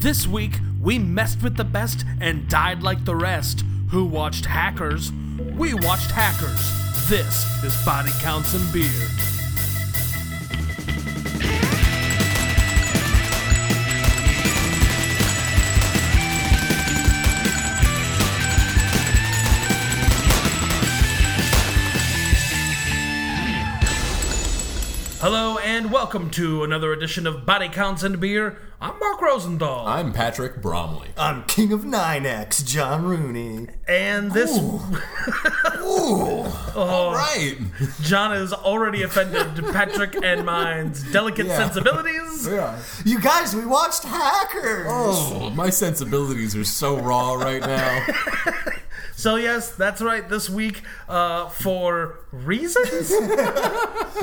This week, we messed with the best and died like the rest. Who watched Hackers? We watched Hackers. This is Body Counts and Beer. Hello and welcome to another edition of Body Counts and Beer. I'm Mark Rosenthal. I'm Patrick Bromley. I'm King of 9X, John Rooney. and this Ooh, Oh. all right. John has already offended Patrick and mine's delicate Yeah. sensibilities. Yeah. You guys, we watched Hackers! Oh, my sensibilities are so raw right now. So yes, that's right. This week, uh, for reasons,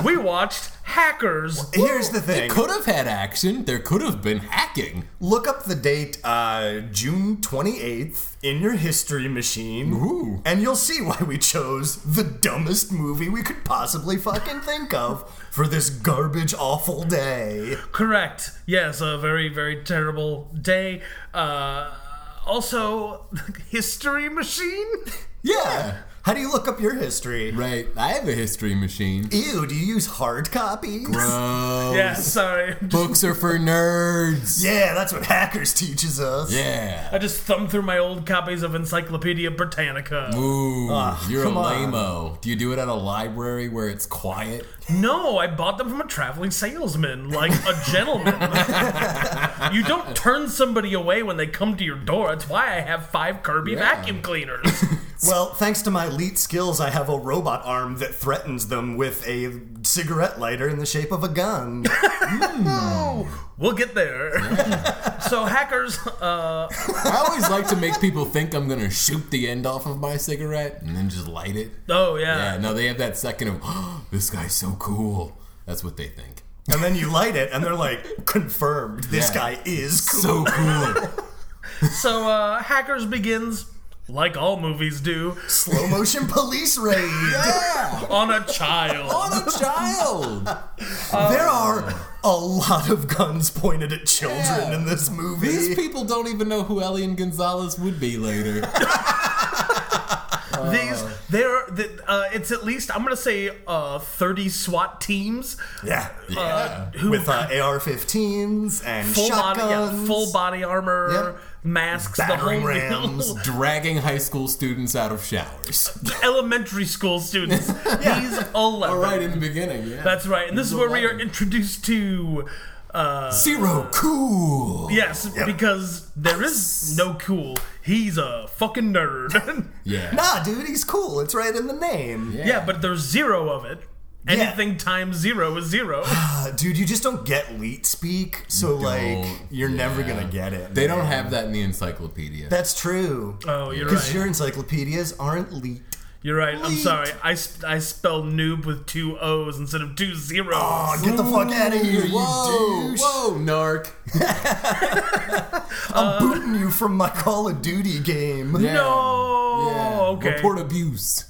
we watched Hackers. Here's the thing. Could have had action. There could have been hacking. Look up the date, uh, June 28th, in your history machine, Ooh. and you'll see why we chose the dumbest movie we could possibly fucking think of for this garbage awful day. Correct. Yes, a very very terrible day. Uh, also, history machine. Yeah. How do you look up your history? Right. I have a history machine. Ew, do you use hard copies? Bro. Yeah, sorry. Books are for nerds. Yeah, that's what Hackers teaches us. Yeah. I just thumbed through my old copies of Encyclopedia Britannica. Ooh, Ah, you're a come on. lame-o. Do you do it at a library where it's quiet? No, I bought them from a traveling salesman, like a gentleman. you don't turn somebody away when they come to your door. That's why I have five Kirby Yeah. vacuum cleaners. Well, thanks to my elite skills, I have a robot arm that threatens them with a cigarette lighter in the shape of a gun. we'll get there. so hackers, uh, I always like to make people think I'm gonna shoot the end off of my cigarette and then just light it. oh Yeah, yeah. no, they have that second of, oh, this guy's so cool. That's what they think. and then you light it, and they're like, confirmed, this Yeah. guy is cool. So cool. So uh, hackers begins like all movies do slow motion police raid. yeah, on a child. on a child. There are a lot of guns pointed at children Yeah. in this movie. These people don't even know who Elian Gonzalez would be later. These there, the, uh, it's at least I'm gonna say uh, 30 SWAT teams yeah. uh, who With uh, AR-15s and full body, shotguns, yeah, full body armor, Yep. masks, battering the whole deal. rams. Dragging high school students out of showers. elementary school students. He's All eleven. right, in the beginning, yeah. That's right, and this is where we are 11. introduced to. Uh, Zero cool. yes, Yep. because there is no cool. He's a fucking nerd. Yeah. Nah, dude, he's cool. It's right in the name. yeah, but there's zero of it. Anything times zero is zero. Uh, dude, you just don't get leet speak, so like you're never yeah. gonna get it. They don't have that in the encyclopedia. That's true. Oh, you're Because right. your encyclopedias aren't leet. You're right. I'm Leet. sorry. I, sp- I spell noob with two O's instead of two zeros. Oh, get the fuck out of here, you whoa, douche! whoa, narc. Uh, I'm booting you from my Call of Duty game. Yeah. No. Yeah. Okay. Report abuse.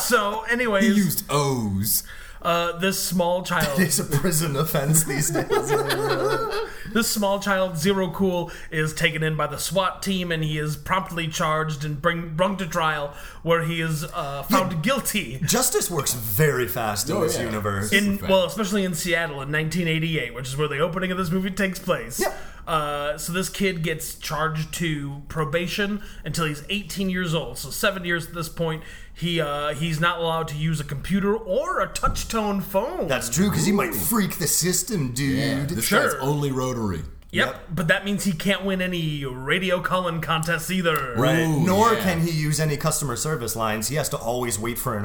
so, He anyways, used O's. uh, this small child It's a prison offense these days. This small child, Zero Cool, is taken in by the SWAT team and he is promptly charged and bring, brought to trial where he is uh, found guilty. Justice works very fast in Oh, this yeah. universe. In, fact. well, especially in Seattle in 1988, which is where the opening of this movie takes place. Yep. Uh, so this kid gets charged to probation until he's 18 years old. So seven years at this point, he uh, he's not allowed to use a computer or a touch-tone phone. That's true, because he might freak the system, dude. Yeah, this Sure. guy's only rotary. yep, yep. But that means he can't win any radio call-in contests either. Right. Ooh, Nor yeah. can he use any customer service lines. He has to always wait for an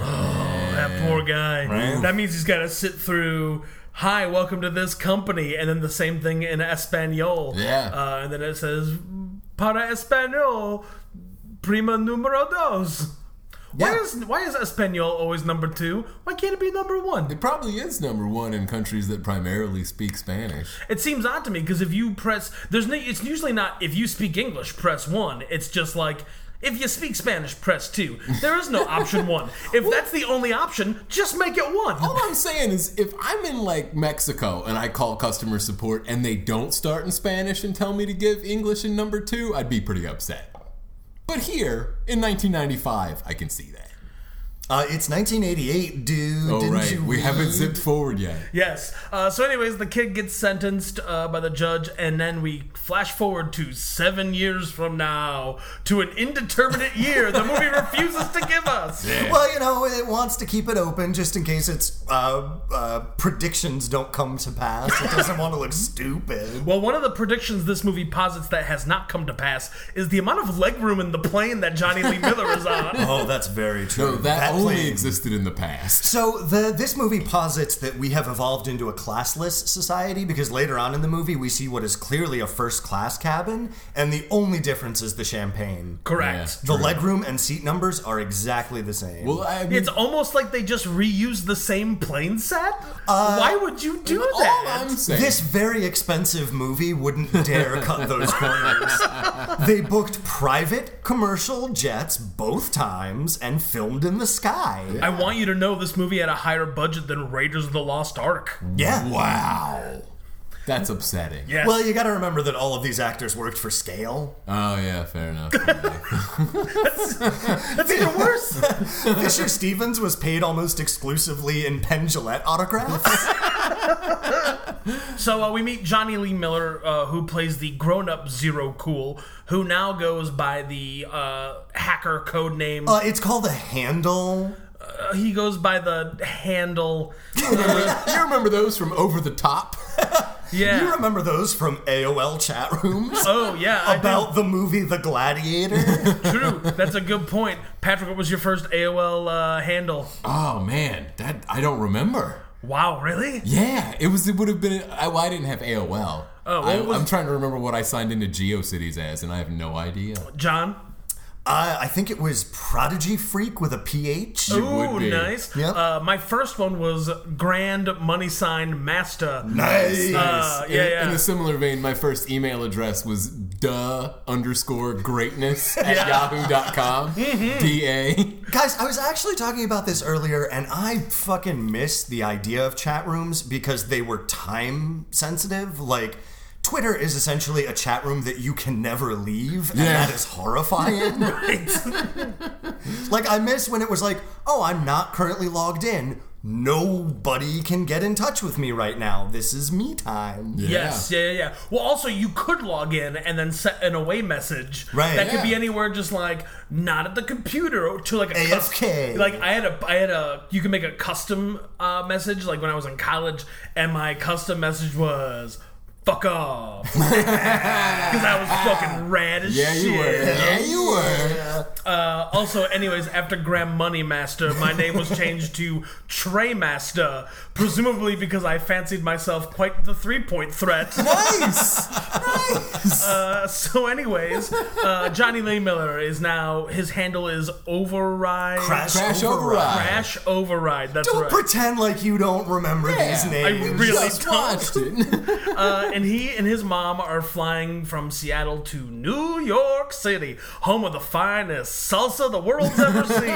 That poor guy. That means he's got to sit through. Hi, welcome to this company, and then the same thing in Espanol. Yeah. Uh, and then it says para Espanol, prima numero dos. Why Yeah. is why is Espanol always number two? Why can't it be number one? It probably is number one in countries that primarily speak Spanish. It seems odd to me because if you press, there's no, it's usually not if you speak English, press one. It's just like If you speak Spanish, press two. There is no option one. If that's the only option, just make it one. All I'm saying is, if I'm in like Mexico and I call customer support and they don't start in Spanish and tell me to give English in number two, I'd be pretty upset. But here in 1995, I can see that. Uh, it's 1988, dude. Oh Didn't right, you we read? haven't zipped forward yet. Yes. Uh, so, anyways, the kid gets sentenced uh, by the judge, and then we flash forward to seven years from now to an indeterminate year the movie refuses to give us. Well, you know, it wants to keep it open just in case its uh, uh, predictions don't come to pass. It doesn't want to look stupid. Well, one of the predictions this movie posits that has not come to pass is the amount of legroom in the plane that Johnny Lee Miller is on. Oh, that's very true. No, that, only plane. existed in the past. So the this movie posits that we have evolved into a classless society because later on in the movie we see what is clearly a first class cabin, and the only difference is the champagne. Correct. Yeah. The legroom and seat numbers are exactly the same. Well, I mean, It's almost like they just reused the same plane set. Why would you do all that? I'm saying. This very expensive movie wouldn't dare cut those corners. they booked private commercial jets both times and filmed in the sky. I want you to know this movie had a higher budget than Raiders of the Lost Ark. Yeah. wow, that's upsetting. Yes. Well, you gotta remember that all of these actors worked for scale. Oh yeah, fair enough. That's even worse. Fisher Stevens was paid almost exclusively in Penn Gillette autographs. So uh, we meet Johnny Lee Miller, uh, who plays the grown-up Zero Cool, who now goes by the uh, hacker code name. Uh, it's called a handle. Uh, he goes by the handle. you remember those from Over the Top? Yeah. You remember those from AOL chat rooms? oh yeah. I do. About the movie The Gladiator? true. That's a good point, Patrick. What was your first AOL uh, handle? Oh man, that I don't remember. Wow, really? Yeah, it was. It would have been. I, well, I didn't have AOL. Oh, I, it was- I'm trying to remember what I signed into GeoCities as, and I have no idea. John. Uh, I think it was Prodigy Freak with a PH. It would Ooh, be. nice. Yep. Uh, my first one was Grand Money Sign Master. Nice. Uh, yeah, in, yeah. in a similar vein, my first email address was duh underscore greatness at yahoo.com. Mm-hmm. DA. Guys, I was actually talking about this earlier, and I fucking miss the idea of chat rooms because they were time sensitive. Like, Twitter is essentially a chat room that you can never leave, and Yeah. that is horrifying. like, I miss when it was like, oh, I'm not currently logged in. Nobody can get in touch with me right now. This is me time. Yes, yeah, yeah, yeah. Well, also you could log in and then set an away message. Right, That could be yeah. anywhere, just like not at the computer or to like a cus- AFK. like I had a, I had a. You can make a custom uh, message. Like when I was in college, and my custom message was "fuck off" because I was fucking rad as Yeah, you shit. were. Yeah, you were. Uh, also, anyways, after Graham Money Master, my name was changed to Trey Master, presumably because I fancied myself quite the three point threat. Nice. nice. Uh, so, anyways, uh, Johnny Lee Miller is now his handle is Override Crash, Crash override. override. Crash Override. That's Don't right. pretend like you don't remember these Yeah, names. I really Just don't. watched it. Uh, and he and his mom are flying from Seattle to New York City, home of the finest salsa the world's ever seen.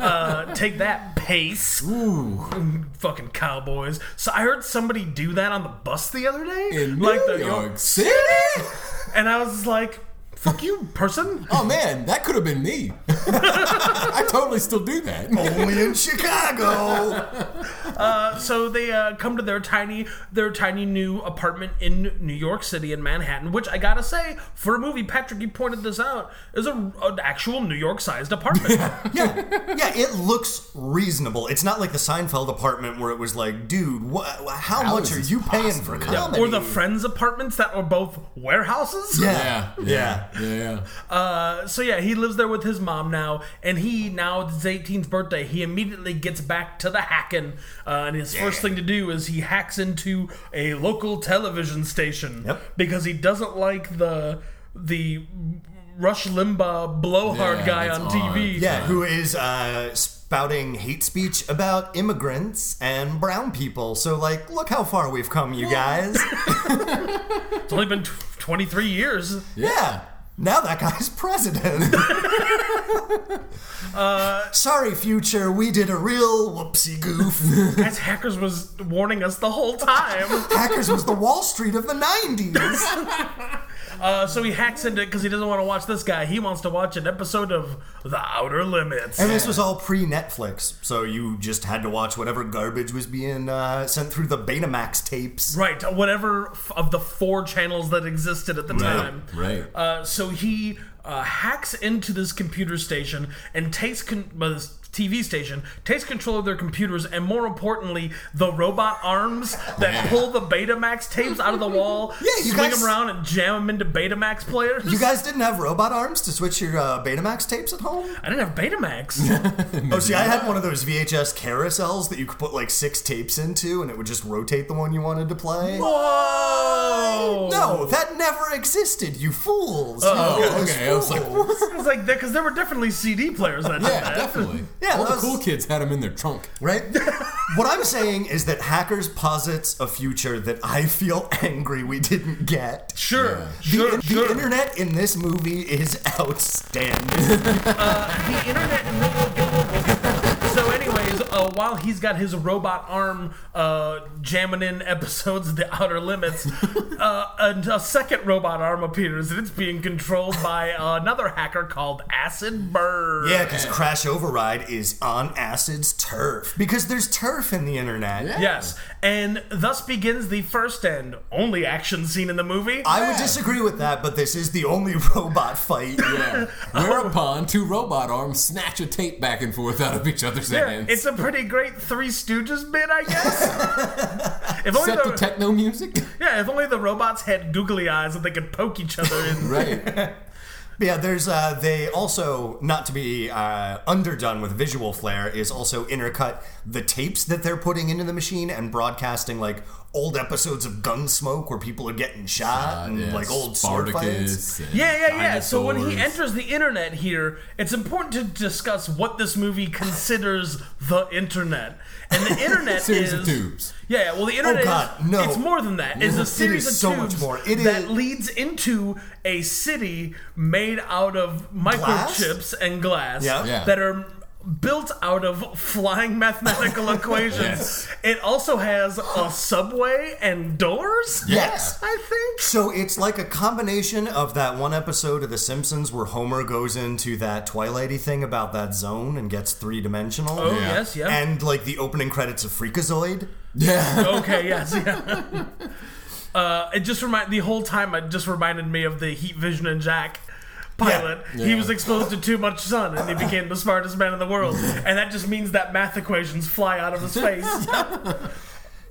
uh, take that, pace. Mm, Ooh. Fucking cowboys. So I heard somebody do that on the bus the other day. In New York City? And I was like, fuck you, person. Oh man, that could have been me. I totally still do that. Only in Chicago. So they uh, come to their tiny their tiny new apartment in New York City in Manhattan, which I gotta say, for a movie, Patrick, you pointed this out, is a, an actual New York sized apartment. yeah, yeah, it looks reasonable. It's not like the Seinfeld apartment where it was like, dude, wha how, How much is are this you paying possible? for Yeah. comedy? or the Friends apartments that were both warehouses. yeah. yeah, Yeah. Yeah. Uh, so yeah, he lives there with his mom now, and he now it's his 18th birthday. He immediately gets back to the hacking, uh, and his first thing to do is he hacks into a local television station Yep. because he doesn't like the the Rush Limbaugh blowhard Yeah, guy it's on TV. on. Yeah, who is uh, spouting hate speech about immigrants and brown people? So, like, look how far we've come, you guys. It's only been tw 23 years. Yeah. Now that guy's president. Uh, Sorry, future. We did a real whoopsie goof. As hackers was warning us the whole time. Hackers was the Wall Street of the 90s. Uh, so he hacks into it because he doesn't want to watch this guy. He wants to watch an episode of The Outer Limits. And this was all pre Netflix, so you just had to watch whatever garbage was being uh, sent through the Betamax tapes. Right, whatever f- of the four channels that existed at the time. right. Uh, so he uh, hacks into this computer station and takes con- well, this TV station, takes control of their computers, and more importantly, the robot arms that Yeah. pull the Betamax tapes out of the wall, Yeah, you swing guys- them around, and jam them into Betamax players. You guys didn't have robot arms to switch your uh, Betamax tapes at home? I didn't have Betamax. Oh, see, I had one of those VHS carousels that you could put like six tapes into and it would just rotate the one you wanted to play. Whoa! No, that never existed, you fools. Oh, You guys okay, I was like, fools. It was like because there were definitely CD players that did Yeah, that. definitely. Yeah, all that the was- cool kids had them in their trunk. right? what I'm saying is that hackers posits a future that I feel angry we didn't get. Sure, Yeah. The, sure, the sure. internet in this movie is outstanding. the internet. So, anyways, uh, while he's got his robot arm uh, jamming in episodes of The Outer Limits, uh, and a second robot arm appears, and it's being controlled by another hacker called Acid Bird. yeah, because Crash Override is on Acid's turf. Because there's turf in the internet. Yes, and thus begins the first and only action scene in the movie. I would disagree with that, but this is the only robot fight. Yeah. Whereupon, two robot arms snatch a tape back and forth out of each other's Yeah, hands. it's a pretty great Three Stooges bit, I guess. if only Set the, to techno music. yeah, if only the robots had googly eyes and they could poke each other in. right. Yeah, there's uh, they also not to be uh, underdone with visual flair is also intercut the tapes that they're putting into the machine and broadcasting like old episodes of Gunsmoke where people are getting shot and Yeah, like old sword fights. Spartacus. and Yeah, yeah, yeah. So when he dinosaurs. enters the internet here, it's important to discuss what this movie considers the internet. And the internet Series is of tubes. Yeah, yeah, well the internet Oh, God, is no. it's more than that. It's No, a it series is of so much tubes more. It that is- leads into a city made out of microchips and glass Yeah. Yeah. that are built out of flying mathematical equations. Yes. It also has a subway and doors. Yes. I think So it's like a combination of that one episode of The Simpsons where Homer goes into that Twilighty thing about that zone and gets three dimensional. Oh Yeah. yes, yeah. And like the opening credits of Freakazoid. Yeah. okay, yes, yeah. Uh, it just remind the whole time. It just reminded me of the Heat Vision and Jack pilot. He Yeah. was exposed to too much sun, and he became the smartest man in the world. And that just means that math equations fly out of his face.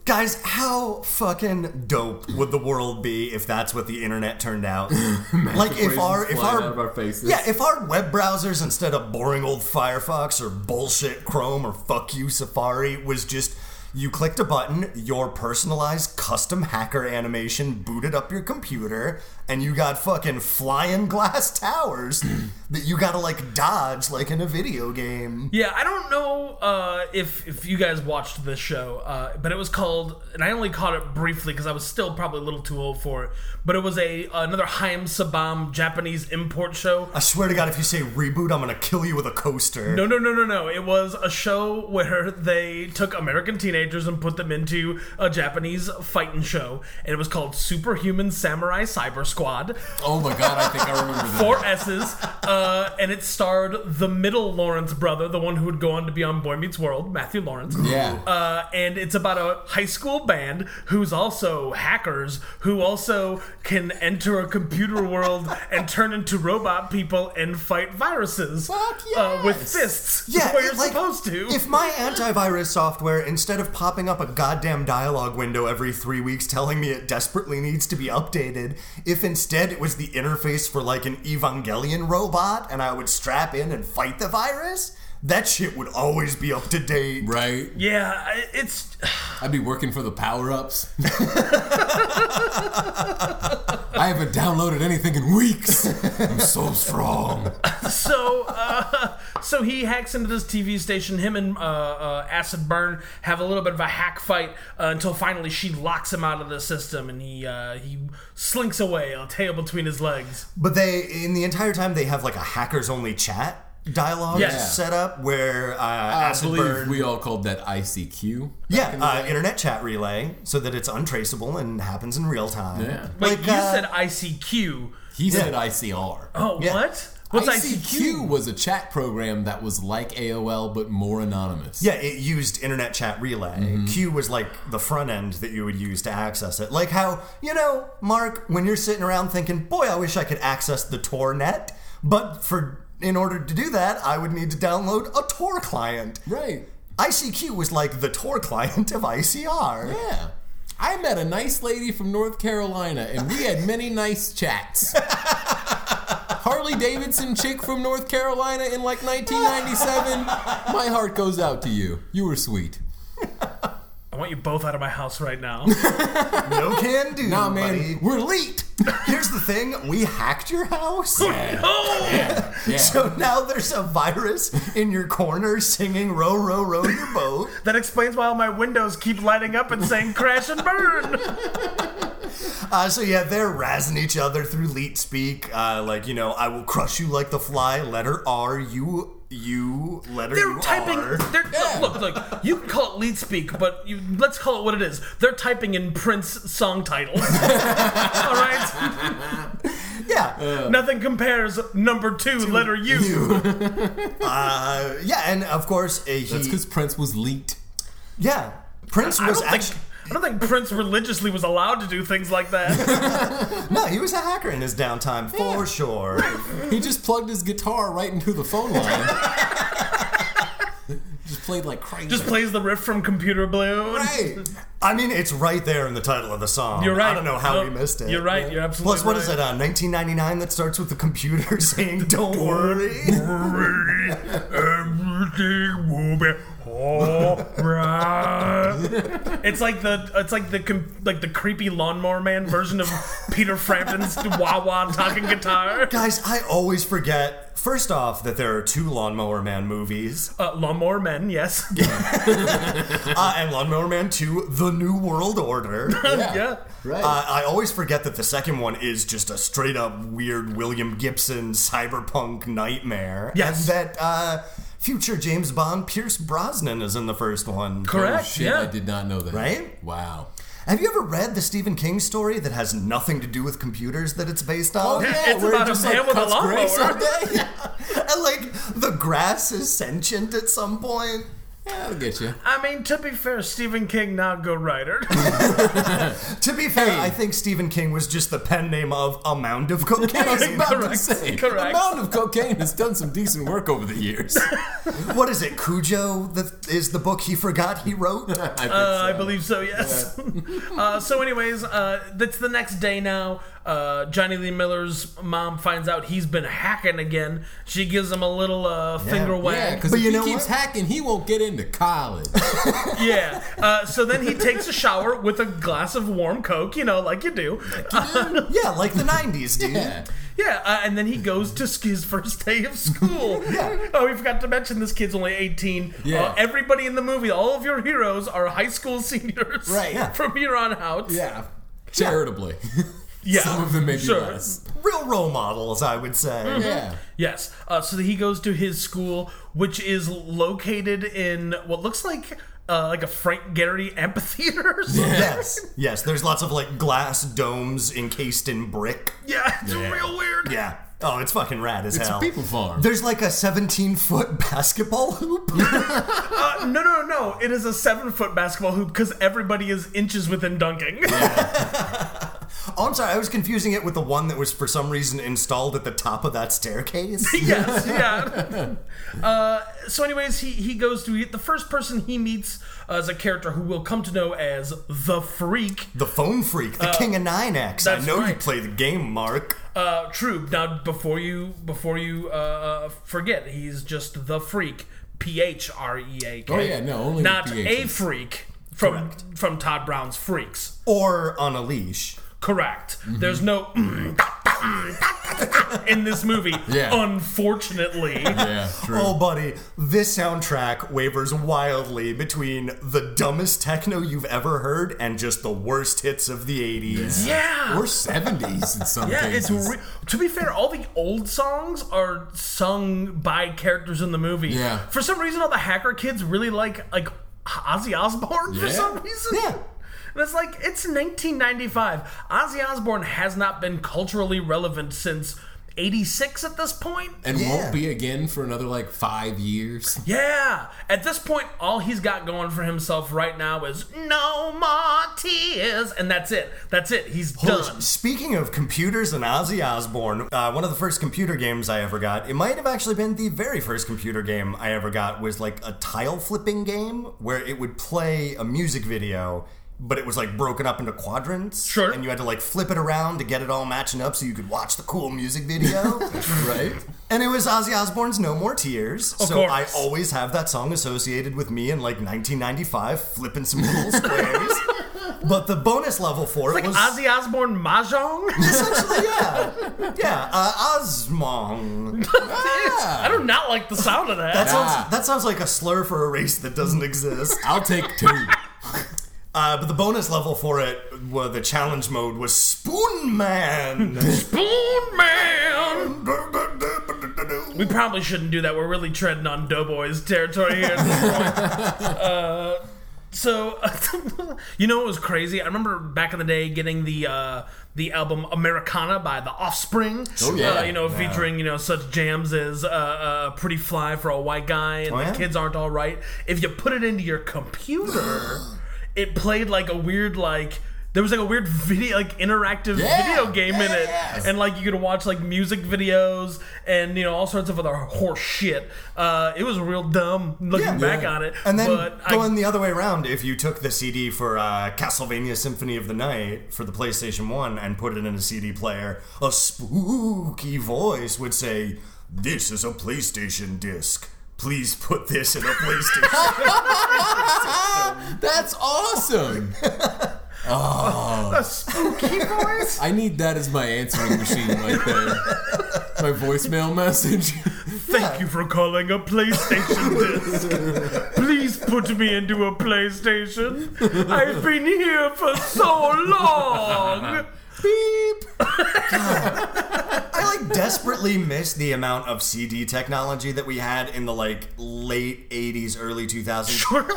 Guys, how fucking dope would the world be if that's what the internet turned out? like if our if Flying our, out of our faces. yeah, if our web browsers instead of boring old Firefox or bullshit Chrome or fuck you Safari was just you clicked a button, your personalized custom hacker animation booted up your computer, and you got fucking flying glass towers that you gotta like dodge like in a video game. Yeah, I don't know uh, if if you guys watched this show, uh, but it was called, and I only caught it briefly because I was still probably a little too old for it. But it was a another Haim Sabam Japanese import show. I swear to God, if you say reboot, I'm gonna kill you with a coaster. No, no, no, no, no. It was a show where they took American teenagers and put them into a Japanese fighting show, and it was called Superhuman Samurai Cyber Squad. Oh my god, I think I remember that. Four S's, uh, and it starred the middle Lawrence brother, the one who would go on to be on Boy Meets World, Matthew Lawrence. Yeah. Uh, and it's about a high school band who's also hackers who also can enter a computer world and turn into robot people and fight viruses Fuck uh, with yes. fists. Yeah, the way you're like, supposed to. If my antivirus software, instead of popping up a goddamn dialogue window every three weeks telling me it desperately needs to be updated, if instead it was the interface for like an Evangelion robot and I would strap in and fight the virus, that shit would always be up to date. Right? Yeah, I- it's I'd be working for the power ups. I haven't downloaded anything in weeks. I'm so strong. so uh, so he hacks into this TV station. Him and uh, uh, Acid Burn have a little bit of a hack fight uh, until finally she locks him out of the system, and he uh, he slinks away, a tail between his legs. But they, in the entire time, they have like a hackers only chat dialogue Yes. set up where uh, Ah, I Acid believe Burn- we all called that ICQ. yeah, uh, internet chat relay, so that it's untraceable and happens in real time. Yeah. Wait, you uh, said ICQ. He said ICR. Oh, yeah. what? What's ICQ was a chat program that was like AOL but more anonymous. Yeah, it used internet chat relay. Mm-hmm. Q was like the front end that you would use to access it. Like how, you know, Mark, when you're sitting around thinking, boy, I wish I could access the Tor net, but for in order to do that, I would need to download a Tor client. Right. ICQ was like the Tor client of ICR. Yeah. I met a nice lady from North Carolina and we had many nice chats. Harley Davidson chick from North Carolina in like 1997. My heart goes out to you. You were sweet. I want you both out of my house right now. No can do. Nah, man, buddy. we're leaked. Here's the thing we hacked your house. oh, Yeah. So now there's a virus in your corner singing row, row, row your boat. that explains why all my windows keep lighting up and saying "crash and burn." Uh, so yeah, they're razzing each other through leet speak. Uh, like you know, I will crush you like the fly. Letter R, you, you, letter They're you typing. R. They're, Look, look. You can call it lead speak, but you, let's call it what it is. They're typing in Prince song titles. All right. Yeah, Nothing compares. Number two, letter U. uh, yeah, and of course uh, he. That's because Prince was leaked. yeah, Prince I was don't actually think. I don't think Prince religiously was allowed to do things like that. no, he was a hacker in his downtime for sure. He just plugged his guitar right into the phone line. just played like crazy. Just plays the riff from Computer Blue. Right. I mean, it's right there in the title of the song. You're right. I don't know how No, we missed it. You're right. You're absolutely Plus, what right. is it? Uh, 1999 that starts with the computer saying "Don't worry." Everything will be alright. It's like the it's like the com- like the creepy lawnmower man version of Peter Frampton's wah wah talking guitar. Guys, I always forget. First off, that there are two Lawnmower Man movies. Uh, lawnmower men, yes, uh, and Lawnmower Man 2, The New World Order. uh, Yeah. Right. I always forget that the second one is just a straight up weird William Gibson cyberpunk nightmare. Yes. And that uh, future James Bond Pierce Brosnan is in the first one. Oh, correct. shit, yeah, I did not know that. Right? Wow. Have you ever read the Stephen King story that has nothing to do with computers that it's based Oh, on? It's where it about a man with a cuts grace lawnmower. all day. Yeah, and like the grass is sentient at some point. that'll get you. I mean, to be fair, Stephen King not a good writer. To be fair, I think Stephen King was just the pen name of a mound of cocaine. About to Correct, say, The correct. amount of cocaine has done some decent work over the years. what is it, Cujo? That is the book he forgot he wrote. I, think Uh, I so. believe so, yes. uh, so, anyways, uh, that's the next day now. Uh, Johnny Lee Miller's mom finds out he's been hacking again. She gives him a little uh, finger Yeah, wag. because But if you he know keeps what? hacking, he won't get into college. Yeah. Uh, so then he takes a shower with a glass of warm Coke, you know, like you do. Uh, Yeah, like the 90s, dude. yeah. Yeah, uh, and then he goes to sk- his first day of school. Oh, we forgot to mention this kid's only 18. Yeah. Uh, everybody in the movie, all of your heroes are high school seniors Right, yeah. from here on out. Yeah. Charitably. Yeah, Some of them maybe sure. less. Real role models, I would say. Yeah. Yes. Uh, so he goes to his school, which is located in what looks like uh, like a Frank Gehry amphitheater. or something. Yes. Yes, there's lots of like glass domes encased in brick. yeah, it's real weird. Yeah. Oh, it's fucking rad as It's hell. a people farm. There's like a 17 foot basketball hoop. Uh, no, no, no, no. It is a seven foot basketball hoop because everybody is inches within dunking. oh, I'm sorry. I was confusing it with the one that was for some reason installed at the top of that staircase. yes, yeah. Uh, so, anyways, he, he goes to the first person he meets uh, is a character who we'll come to know as the Freak. the phone freak, Oh, the king of 9X. I that's know you right. play the game, Mark. Uh, true. Now, before you before you uh, forget, he's uh, just the Freak. P H R E A K. Oh, yeah, no, only with not a PHs. freak from from Todd Brown's Freaks. Or on a leash. Correct. Mm-hmm. There's no mm, in this movie. Yeah. Unfortunately. Yeah, true. Oh, buddy, this soundtrack wavers wildly between the dumbest techno you've ever heard and just the worst hits of the 80s. Yeah. Or 70s in some Yeah, it's cases. re- to be fair, all the old songs are sung by characters in the movie. Yeah. For some reason, all the hacker kids really like like Ozzy Osbourne for Yeah. some reason. Yeah. And it's like it's 1995. Ozzy Osbourne has not been culturally relevant since '86 at this point. and Yeah. won't be again for another like five years. Yeah. At this point, all he's got going for himself right now is no more tears, and that's it. That's it. He's done. Speaking of computers and Ozzy Osbourne, uh, one of the first computer games I ever got, it might have actually been the very first computer game I ever got, was like a tile flipping game where it would play a music video, but it was like broken up into quadrants. Sure. And you had to like flip it around to get it all matching up so you could watch the cool music video. Right? and it was Ozzy Osbourne's No More Tears. so course. I always have that song associated with me in like 1995, flipping some cool squares. But the bonus level for it like was Ozzy Osbourne mahjong. Essentially, yeah. Yeah, uh, Osmong. I do not like the sound of that. That Ah. sounds, that sounds like a slur for a race that Mm. doesn't exist. I'll take two. Uh, but the bonus level for it, well, the challenge mode, was Spoon Man. Spoon Man. We probably shouldn't do that. We're really treading on Doughboys territory here at this point. Uh, so, you know what was crazy? I remember back in the day getting the uh, the album Americana by The Offspring. Oh, yeah. Uh, you know, featuring you know such jams as uh, uh, "Pretty Fly" for a White Guy Oh, and yeah? "The Kids Aren't All Right." If you put it into your computer, it played like a weird like. There was like a weird video, like interactive Yeah. video game in it, Yes. and like you could watch like music videos and you know all sorts of other horse shit. Uh, it was real dumb looking Yeah. back Yeah. on it. And then but I- going the other way around, if you took the CD for uh, Castlevania Symphony of the Night for the PlayStation 1 and put it in a CD player, a spooky voice would say, This is a PlayStation disc. Please put this in a PlayStation. Ah, That's awesome. a spooky voice. I need that as my answering machine right there. My voicemail message. Thank you for calling a PlayStation disc. Please put me into a PlayStation. I've been here for so long. Beep. I like desperately miss the amount of CD technology that we had in the like late 80s, early 2000s.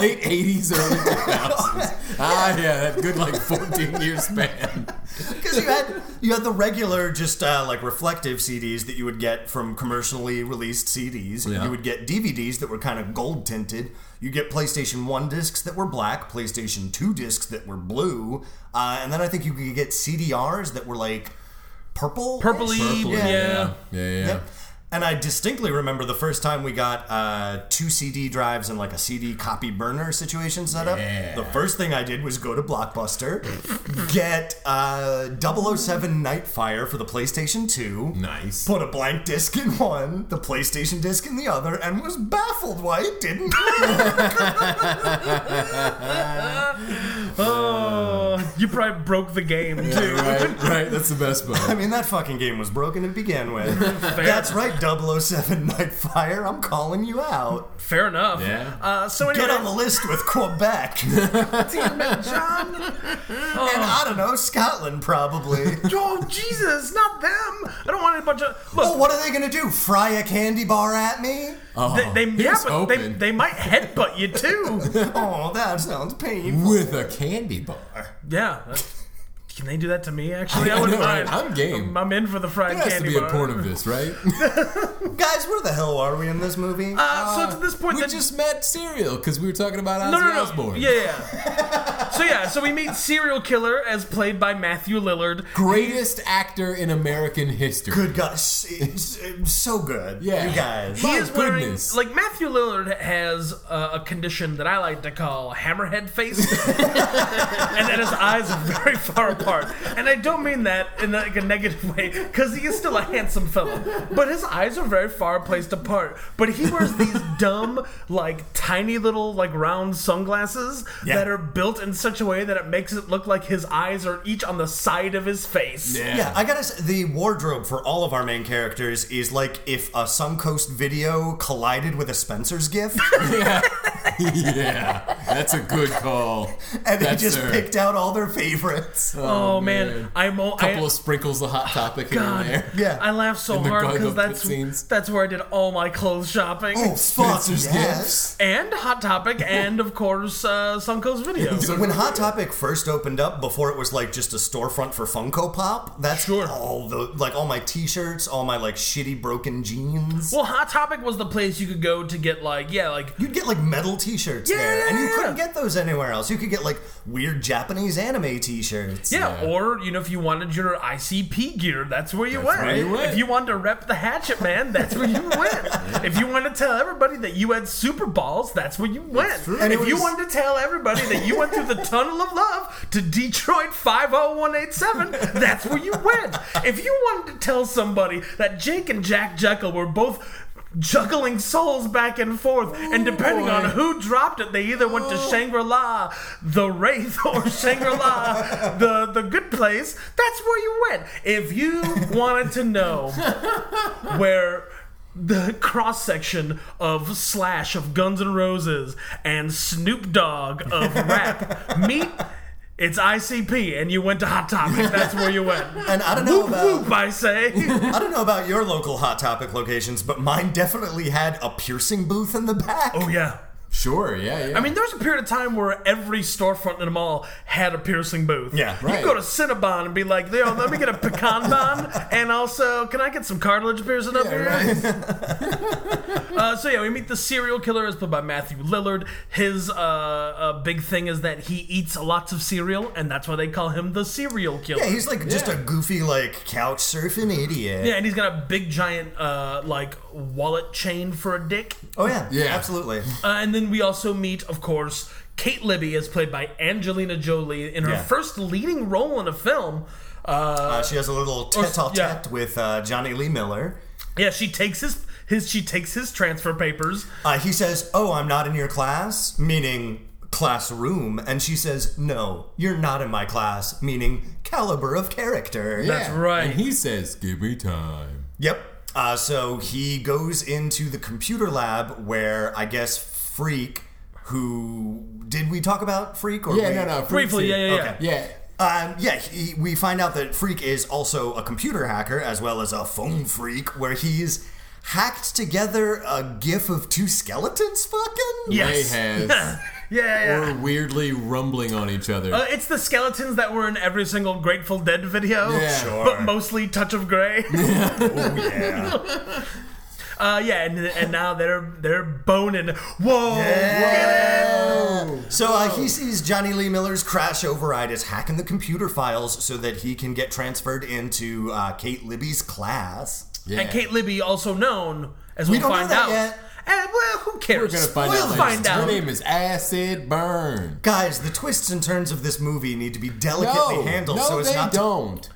Late 80s, early 2000s. Ah, yeah, that good like 14 year span. Because you had you had the regular, just uh, like reflective CDs that you would get from commercially released CDs. Yeah. You would get DVDs that were kind of gold tinted. You get PlayStation One discs that were black, PlayStation Two discs that were blue, uh, and then I think you could get CDRs that were like purple, Purpley, yeah. Yeah, yeah. Yep. And I distinctly remember the first time we got uh, two CD drives and like a CD copy burner situation set up. Yeah. The first thing I did was go to Blockbuster, get uh, 007 Nightfire for the PlayStation 2. Nice. Put a blank disc in one, the PlayStation disc in the other, and was baffled why it didn't. Oh, you probably broke the game too. Right, right. That's the best part. I mean, that fucking game was broken to begin with. That's right, 007 Nightfire. I'm calling you out. Fair enough. Yeah. Uh, so anyway, Get on the list with Quebec. damn it, John. And I don't know, Scotland probably. Oh Jesus, not them! I don't want a bunch of Well, look. what are they gonna do? Fry a candy bar at me? Oh, they, they, yeah, here's but they, hoping. they might headbutt you Uh-huh. too. Oh, that sounds painful. with a candy bar. yeah. Can they do that to me? Actually, I, I wouldn't know, mind. right? I'm game. I'm, I'm in for the fried There has to candy be a bar. porn of this, right? Guys, where the hell are we in this movie? Uh, so to this point, we that- just met Serial because we were talking about Ozzy no, no, no, Osbourne. yeah, yeah. So yeah, so we meet serial killer as played by Matthew Lillard. Greatest actor in American history. Good guys. It's, it's so good. Yeah. You guys. He My is wearing goodness. like Matthew Lillard has uh, a condition that I like to call hammerhead face, and that his eyes are very far apart. And I don't mean that in like a negative way, because he is still a handsome fellow, but his eyes are very far placed apart. But he wears these dumb, like tiny little like round sunglasses Yeah. that are built in such a way that it makes it look like his eyes are each on the side of his face. Yeah. I gotta say, the wardrobe for all of our main characters is like if a Suncoast video collided with a Spencer's gift, yeah, that's a good call. and they That's just her. picked out all their favorites. Oh, man. I'm all, couple of sprinkles of Oh, hot topic here and there. Yeah. I laughed so In the hard garden because of pit that's scenes. that's where I did all my clothes shopping. oh, fuck, Spencer's yes. And Hot Topic, and of course, uh, Suncoast Video. So- When Hot Topic first opened up, before it was like just a storefront for Funko Pop, that's Sure. all the like all my T-shirts, all my like shitty broken jeans. well, Hot Topic was the place you could go to get like, yeah, like You'd get like metal T-shirts there, yeah, and you yeah, couldn't yeah. get those anywhere else. You could get like weird Japanese anime T-shirts. yeah, uh, or you know, if you wanted your ICP gear, that's where you went. where you went. If you wanted to rep the Hatchet Man, that's where you went. if you wanted to tell everybody that you had Super Balls, that's where you went. And if it you was- wanted to tell everybody that you went through the Tunnel of Love to Detroit 50187, that's where you went. If you wanted to tell somebody that Jake and Jack Jekyll were both juggling souls back and forth, and depending on boy. who dropped it, they either went to Oh. Shangri La, the Wraith, or Shangri La, the, the Good Place. That's where you went. If you wanted to know where the cross section of Slash of Guns N' Roses and Snoop Dogg of rap meet. It's ICP, and you went to Hot Topic. That's where you went. And I don't know about Whoop, I say. I don't know about your local Hot Topic locations, but mine definitely had a piercing booth in the back. Oh yeah. Sure, yeah, yeah. I mean, there was a period of time where every storefront in the mall had a piercing booth. Yeah, You right. go to Cinnabon and be like, yo, let me get a pecan bun, and also, can I get some cartilage piercing up here? right. Uh, so yeah, we meet the serial killer as played by Matthew Lillard. His uh, uh, big thing is that he eats lots of cereal, and that's why they call him the serial killer. Yeah, he's like just Yeah. a goofy like couch surfing idiot. Yeah, and he's got a big giant uh, like wallet chain for a dick. Oh yeah. Yeah. Absolutely. Uh, and then we also meet, of course, Kate Libby, as played by Angelina Jolie, in her Yeah. first leading role in a film. Uh, Uh, she has a little tete-a-tete yeah. with uh, Johnny Lee Miller. yeah, she takes his his she takes his transfer papers. Uh, he says, "Oh, I'm not in your class," meaning classroom, and she says, "No, you're not in my class," meaning caliber of character. That's Yeah. right. And he says, "Give me time." Yep. Uh, so he goes into the computer lab where I guess Freak, who did we talk about Freak or Yeah, we- no, no. Briefly, yeah, yeah, yeah. Okay. yeah. Um, yeah, he, we find out that Freak is also a computer hacker as well as a phone freak, where he's hacked together a GIF of two skeletons fucking. Yes. They has- yeah, yeah. Or weirdly rumbling on each other. Uh, it's the skeletons that were in every single Grateful Dead video, Yeah. Sure. but mostly Touch of Grey. Oh, yeah. uh, yeah, and, and now they're they're boning. Whoa! Oh, so uh, he sees Johnny Lee Miller's crash override is hacking the computer files so that he can get transferred into uh, Kate Libby's class. yeah. And Kate Libby, also known as we don't know find that out. yet. And, well, who cares? We're gonna find we'll out. later. find out. Her name is Acid Burn. Guys, the twists and turns of this movie need to be delicately No, handled no, so it's they not don't.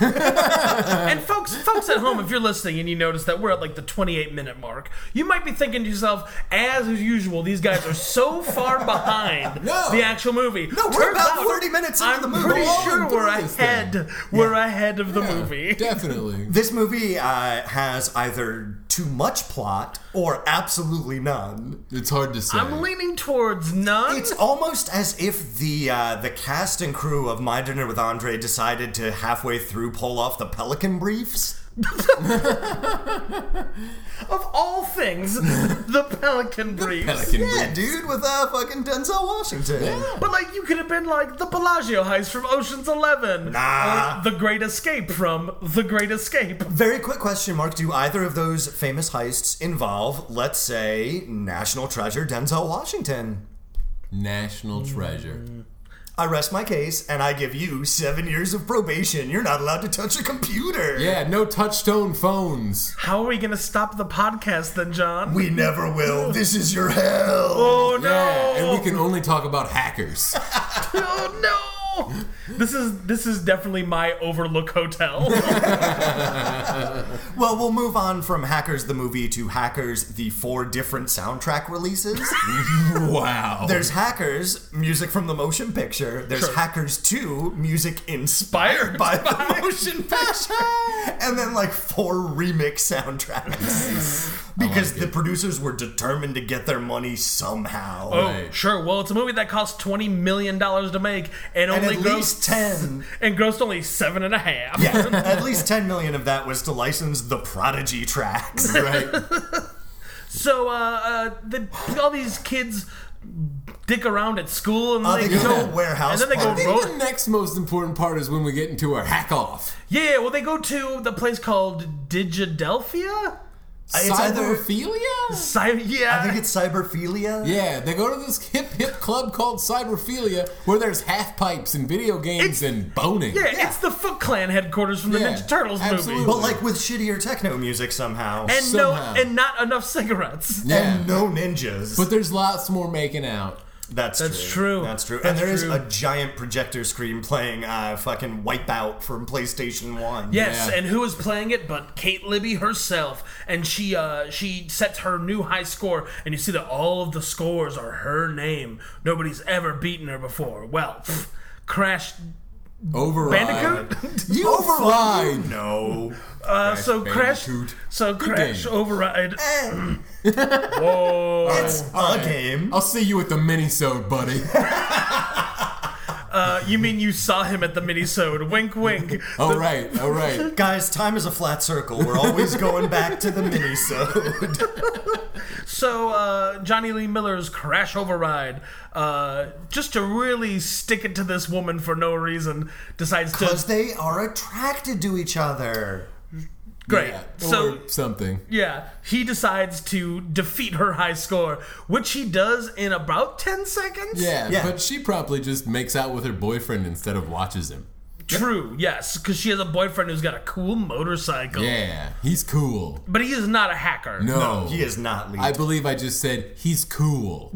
And folks, folks at home, if you're listening and you notice that we're at like the 28 minute mark, you might be thinking to yourself, as usual, these guys are so far behind No. the actual movie. No, we're about 30 minutes into I'm the movie. pretty We're sure already we're doing this thing. ahead. We're ahead of the Yeah, movie. Definitely. This movie uh, has either too much plot or absolutely none. It's hard to say. I'm leaning towards none. It's almost as if the uh, the cast and crew of My Dinner with Andre decided to halfway through pull off the Pelican briefs. of all things, the Pelican Briefs. Pelican Yeah, Brief. dude, with uh, fucking Denzel Washington. But like, you could have been like the Bellagio heist from Ocean's Eleven, Nah. or the Great Escape from The Great Escape. Very quick question, Mark. Do either of those famous heists involve, let's say, National Treasure Denzel Washington? National treasure. I rest my case and I give you seven years of probation. You're not allowed to touch a computer. Yeah, no touchstone phones. How are we going to stop the podcast then, John? We never will. This is your hell. oh no! Yeah, and we can only talk about hackers. oh no! This is this is definitely my Overlook Hotel. Well, we'll move on from Hackers the movie to Hackers the four different soundtrack releases. wow. There's Hackers, music from the motion picture. There's Sure. Hackers 2, music inspired by the motion picture. and then like four remix soundtracks. because the producers were determined to get their money somehow. oh Right. sure. Well, it's a movie that cost twenty million dollars to make and and only at grossed least 10. and grossed only seven and a half. Yeah, at least 10 million of that was to license the Prodigy tracks. right. So uh, uh the, all these kids dick around at school and Uh, they they go go to a warehouse and then they I go party. think road. the next most important part is when we get into our hack off. Yeah, well, they go to the place called Digidelphia. Uh, It's either- Cyberphilia? Cy- yeah, I think it's cyberphilia. Yeah, they go to this hip hip club called Cyberphilia where there's half pipes and video games It's- and boning. yeah, it's the Foot Clan headquarters from the Yeah, Ninja Turtles absolutely. movie, But like with shittier techno music somehow. and somehow. no, and not enough cigarettes. Yeah. And no ninjas. But there's lots more making out. that's, That's true. true. That's true. and That's there is true. a giant projector screen playing uh, fucking Wipeout from PlayStation 1. Yes, Yeah. and who is playing it but Kate Libby herself, and she uh, she sets her new high score, and you see that all of the scores are her name. Nobody's ever beaten her before. Well, pfft, Crash Override. Bandicoot. You Oh, override. no. Uh, so Crash, Bandicoot. so Crash game. Override. Whoa. It's a game. I'll see you at the minisode, buddy. Uh, you mean you saw him at the minisode? Wink, wink. all right, all right. Guys, time is a flat circle. We're always going back to the minisode. So uh, Johnny Lee Miller's Crash Override, uh, just to really stick it to this woman for no reason, decides to Because they are attracted to each other. great. so or something. yeah, he decides to defeat her high score, which he does in about ten seconds. Yeah, Yeah. but she probably just makes out with her boyfriend instead of watches him. true. Yes, because she has a boyfriend who's got a cool Oh. motorcycle. Yeah, he's cool. But he is not a hacker. No, He is not leaving. I believe I just said he's cool.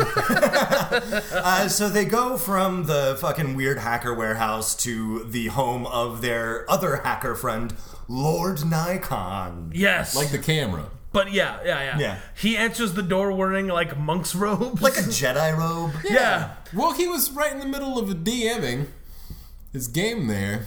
Uh, so they go from the fucking weird hacker warehouse to the home of their other hacker friend, Lord Nikon. Yes. like the camera. but yeah, yeah, yeah. Yeah. He answers the door wearing like monk's robes. Like a Jedi robe. yeah. Well, he was right in the middle of a DMing his game there.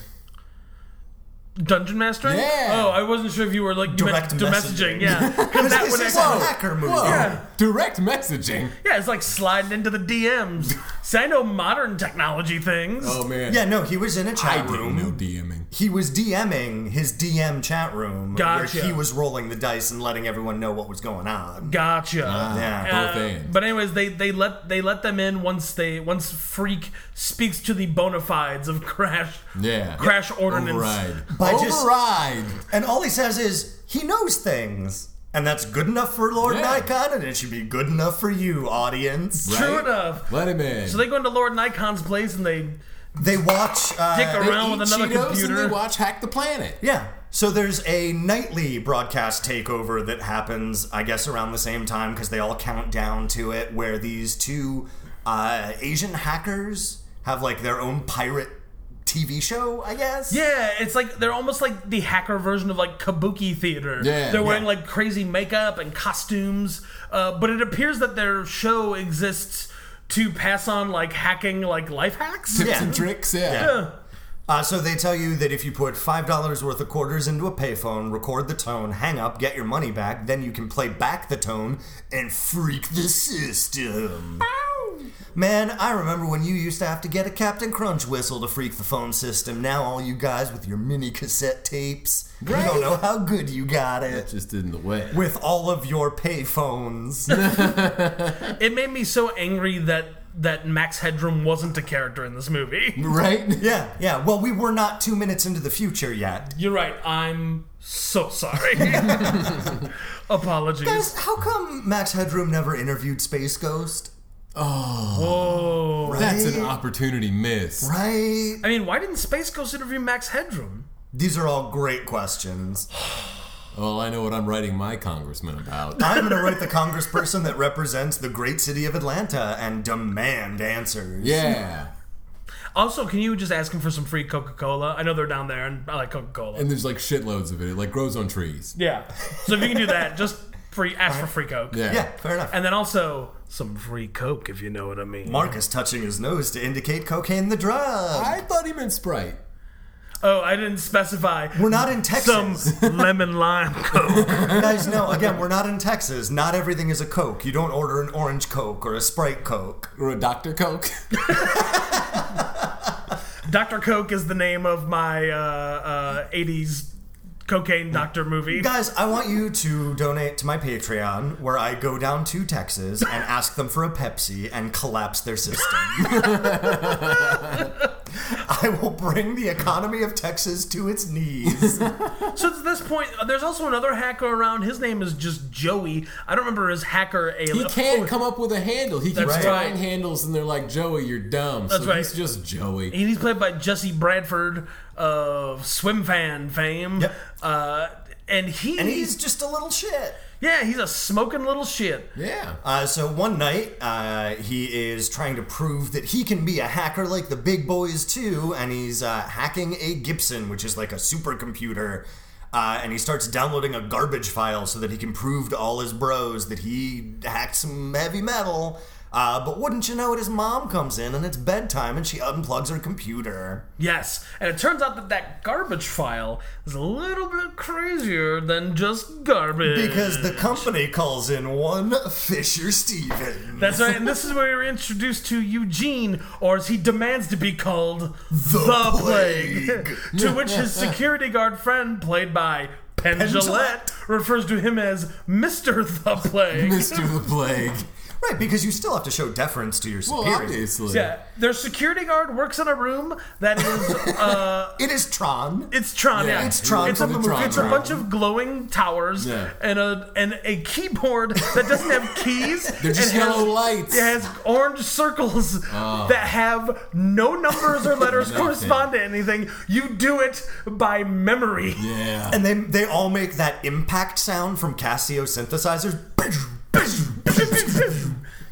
Dungeon mastering? Yeah. Oh, I wasn't sure if you were like you Direct meant to messaging. messaging. Yeah. Because that this would is Oh. actually- a hacker movie. Whoa, direct messaging. Yeah, it's like sliding into the DMs. See, I know modern technology things. Oh man, Yeah, no, he was in a I chat didn't room. know DMing. He was DMing his DM chat room Gotcha. where he was rolling the dice and letting everyone know what was going on. Gotcha. Yeah. Both ends. But anyways, they, they let they let them in once they once Freak speaks to the bona fides of Crash Yeah. Crash Ordinance. Override. By just- Override. And all he says is, he knows things. And that's good enough for Lord Yeah. Nikon, and it should be good enough for you, audience. True Right? enough. Let him in. So they go into Lord Nikon's place and they They watch. Uh, dick around Eat with another Cheetos computer. And they watch Hack the Planet. Yeah. So there's a nightly broadcast takeover that happens, I guess, around the same time because they all count down to it, where these two uh, Asian hackers have like their own pirate TV show, I guess. Yeah, it's like they're almost like the hacker version of like kabuki theater. Yeah, they're wearing yeah. like crazy makeup and costumes, uh, but it appears that their show exists to pass on like hacking, like life hacks. Tips Yeah. and tricks. Yeah. Yeah. Uh, so they tell you that if you put five dollars worth of quarters into a payphone, record the tone, hang up, get your money back, then you can play back the tone and freak the system. Man, I remember when you used to have to get a Captain Crunch whistle to freak the phone system. Now all you guys with your mini cassette tapes, you don't know how good you got it Just in the way. with all of your payphones. It made me so angry that that Max Headroom wasn't a character in this movie. Right? yeah, yeah. Well, we were not two minutes into the future yet. You're right. I'm so sorry. Apologies. Guys, how come Max Headroom never interviewed Space Ghost? Whoa. That's an Right? opportunity miss. Right? Oh. I mean, why didn't Space Ghost interview Max Headroom? These are all great questions. Well, I know what I'm writing my congressman about. I'm going to write the congressperson that represents the great city of Atlanta and demand answers. Yeah. Also, can you just ask him for some free Coca Cola? I know they're down there, and I like Coca Cola. And there's like shitloads of it. It like grows on trees. Yeah. So if you can do that, just free ask for free Coke. Yeah. Yeah, fair enough. And then also some free Coke, if you know what I mean. Mark is touching his nose to indicate cocaine the drug. I thought he meant Sprite. Oh, I didn't specify. We're not in some Texas. lemon lime Coke. Guys, no, again, we're not in Texas. Not everything is a Coke. You don't order an orange Coke or a Sprite Coke. Or a Dr. Coke. Dr. Coke is the name of my uh, uh, 80s cocaine doctor movie. Guys, I want you to donate to my Patreon where I go down to Texas and ask them for a Pepsi and collapse their system. I will bring the economy of Texas to its knees. So at this point, uh, there's also another hacker around. His name is just Joey. I don't remember his hacker alias. He can't come up with a handle. He keeps Oh. That's trying right. handles and they're like, Joey, you're dumb. That's so right. he's just Joey. And he's played by Jesse Bradford of swim fan fame. Yep. Uh, and he, And he's just a little shit. yeah, he's a smoking little shit. Yeah. Uh, so one night, uh, he is trying to prove that he can be a hacker like the big boys too, and he's uh, hacking a Gibson, which is like a supercomputer. Uh, and he starts downloading a garbage file so that he can prove to all his bros that he hacked some heavy metal. Uh, but wouldn't you know it, his mom comes in and it's bedtime and she unplugs her computer. Yes, and it turns out that that garbage file is a little bit crazier than just garbage. Because the company calls in one Fisher Steven. that's right, and this is where we're introduced to Eugene, or as he demands to be called, the, Plague. to which his security guard friend, played by Penn Jillette, refers to him as Mister the Plague. Mr. the Plague. Right, because you still have to show deference to your Well, superiors. obviously. Yeah, their security guard works in a room that is, uh, It is Tron. it's Tron. Yeah, Yeah, It's Tron It's a, from the movie it's a Tron. bunch of glowing towers Yeah. and a and a keyboard that doesn't have keys. They're just and yellow lights. Ah. It has orange circles that have no numbers or letters Nothing. correspond to anything. You do it by memory. Yeah. And they, they all make that impact sound from Casio synthesizers.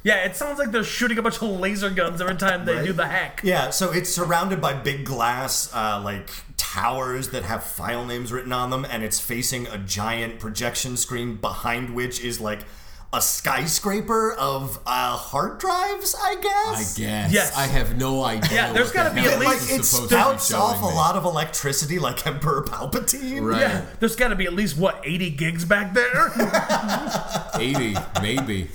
yeah, it sounds like they're shooting a bunch of laser guns every time they do the hack. Yeah, so it's surrounded by big glass, uh, like towers that have file names written on them, and it's facing a giant projection screen behind which is like a skyscraper of uh, hard drives, I I guess. guess. Yes. I have no idea. Yeah, there's what gotta be the hell at this Like least- is it supposed to be spouts off a showing me. lot of electricity, like Emperor Palpatine. Right. Yeah, there's got to be at least what 80 gigs back there. 80, maybe.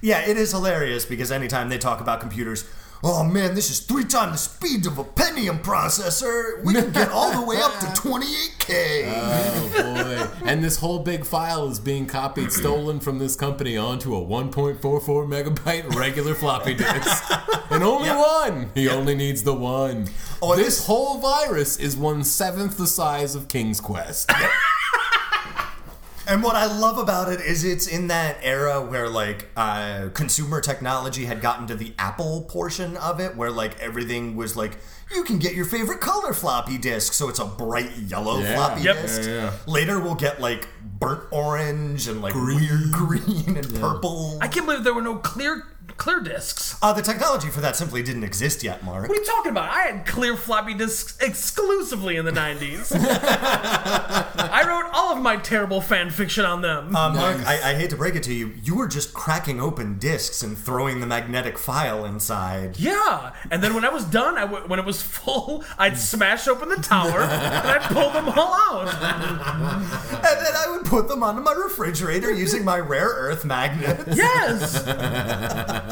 Yeah, it is hilarious because anytime they talk about computers, oh man, this is three times the speed of a Pentium processor. We can get all the way up to 28K. Oh boy. and this whole big file is being copied, stolen from this company onto a 1.44 megabyte regular floppy disk. and only one! He only needs the one. Oh, this whole virus is one seventh the size of King's Quest. And what I love about it is it's in that era where like uh, consumer technology had gotten to the Apple portion of it, where like everything was like you can get your favorite color floppy disk, so it's a bright yellow Yeah. floppy Yep. disk. Yeah, yeah. Later we'll get like burnt orange and like weird green and purple. I can't believe there were no clear clear discs. Uh, the technology for that simply didn't exist yet, Mark. What are you talking about? I had clear floppy disks exclusively in the 90s. I wrote all of my terrible fan fiction on them. Uh, Mark, I, I hate to break it to you. You were just cracking open discs and throwing the magnetic file inside. yeah, and then when I was done, I w- when it was full, I'd smash open the tower and I'd pull them all out. And then I would put them onto my refrigerator using my rare earth magnet. Yes!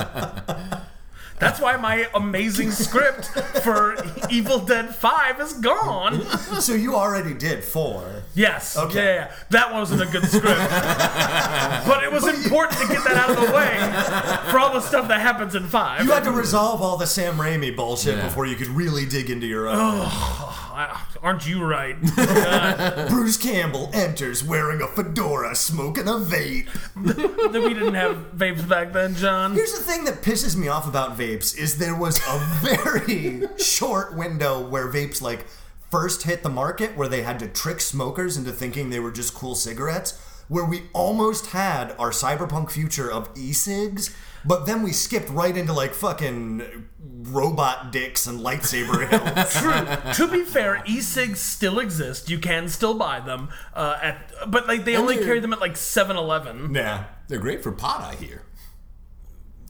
That's why my amazing script for Evil Dead 5 is gone. So you already did four. Yes. Okay. Yeah, yeah, yeah. That wasn't a good script. but it was important to get that out of the way for all the stuff that happens in five. You had to resolve all the Sam Raimi bullshit Yeah. before you could really dig into your own. I- aren't you right? God, Bruce Campbell enters wearing a fedora, smoking a vape. that we didn't have vapes back then, John. Here's the thing that pisses me off about vapes is there was a very short window where vapes like first hit the market where they had to trick smokers into thinking they were just cool cigarettes where we almost had our cyberpunk future of e-cigs but then we skipped right into like fucking robot dicks and lightsaber hills. True. to be fair, e-cigs still exist. You can still buy them. Uh, at but like they only they're- carry them at like 7-Eleven. nah. They're great for pot, I hear.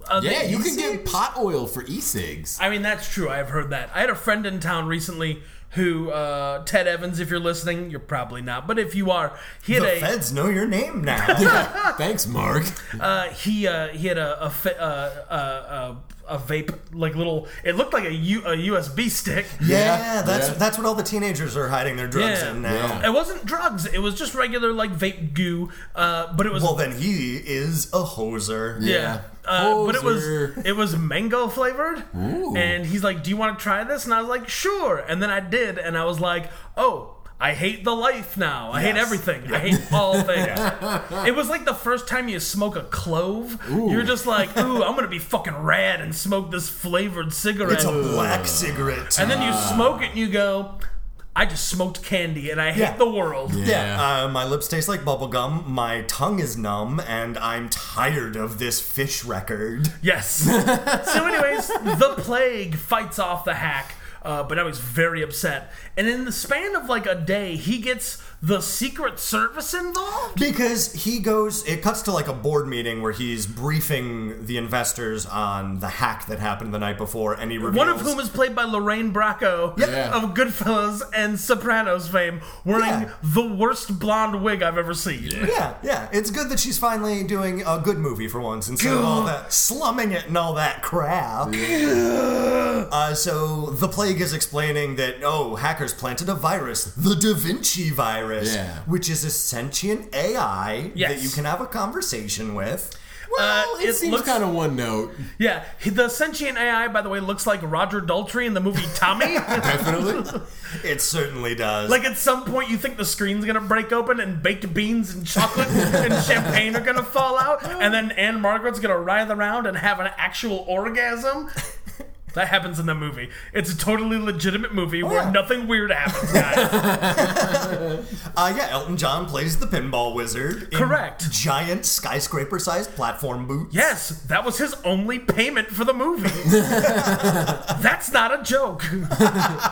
Uh, they- Yeah, you can get pot oil for e-cigs. I mean, that's true. I have heard that. I had a friend in town recently who uh, Ted Evans. If you're listening, you're probably not, but if you are, he had The a feds know your name now. Thanks, Mark. uh, he uh, he had a a, fa- uh, uh, uh, a vape like little. It looked like a, U, a USB stick. yeah, that's Yeah. that's what all the teenagers are hiding their drugs Yeah. in now. Yeah. It wasn't drugs. It was just regular like vape goo. Uh, but it was Well, then he is a hoser. Yeah. Uh, but it was it was mango flavored, Ooh. and he's like, "Do you want to try this?" And I was like, "Sure." And then I did, and I was like, "Oh, I hate the life now. I hate Yes. everything. I hate all things." It was like the first time you smoke a clove. You're just like, "Ooh, I'm gonna be fucking rad and smoke this flavored cigarette." It's a Ah. black cigarette. and then you smoke it, and you go, "I just smoked candy, and I hate Yeah. the world." yeah, uh, my lips taste like bubblegum, my tongue is numb, and I'm tired of this fish record. Yes. so, anyways, the plague fights off the hack, uh, but now he's very upset. And in the span of like a day, he gets the Secret Service involved. Because he goes, it cuts to like a board meeting where he's briefing the investors on the hack that happened the night before, and he reveals. One of whom is played by Lorraine Bracco Yeah. of Goodfellas and Sopranos fame, wearing Yeah. the worst blonde wig I've ever seen. Yeah, yeah. It's good that she's finally doing a good movie for once instead of all that slumming it and all that crap. Uh, so the plague is explaining that oh, hackers planted a virus, the Da Vinci virus, Yeah. which is a sentient AI that Yes. you can have a conversation with. Well, Uh, it, it seems looks- kind of one note. Yeah, he- the sentient AI, by the way, looks like Roger Daltrey in the movie Tommy. Definitely. It certainly does. Like at some point, you think the screen's gonna break open and baked beans and chocolate and champagne are gonna fall out, and then Anne Margaret's gonna writhe around and have an actual orgasm. That happens in the movie. It's a totally legitimate movie where yeah. nothing weird happens, guys. uh, yeah, Elton John plays the pinball wizard. in Correct. Giant skyscraper-sized platform boots. yes, that was his only payment for the movie. That's not a joke.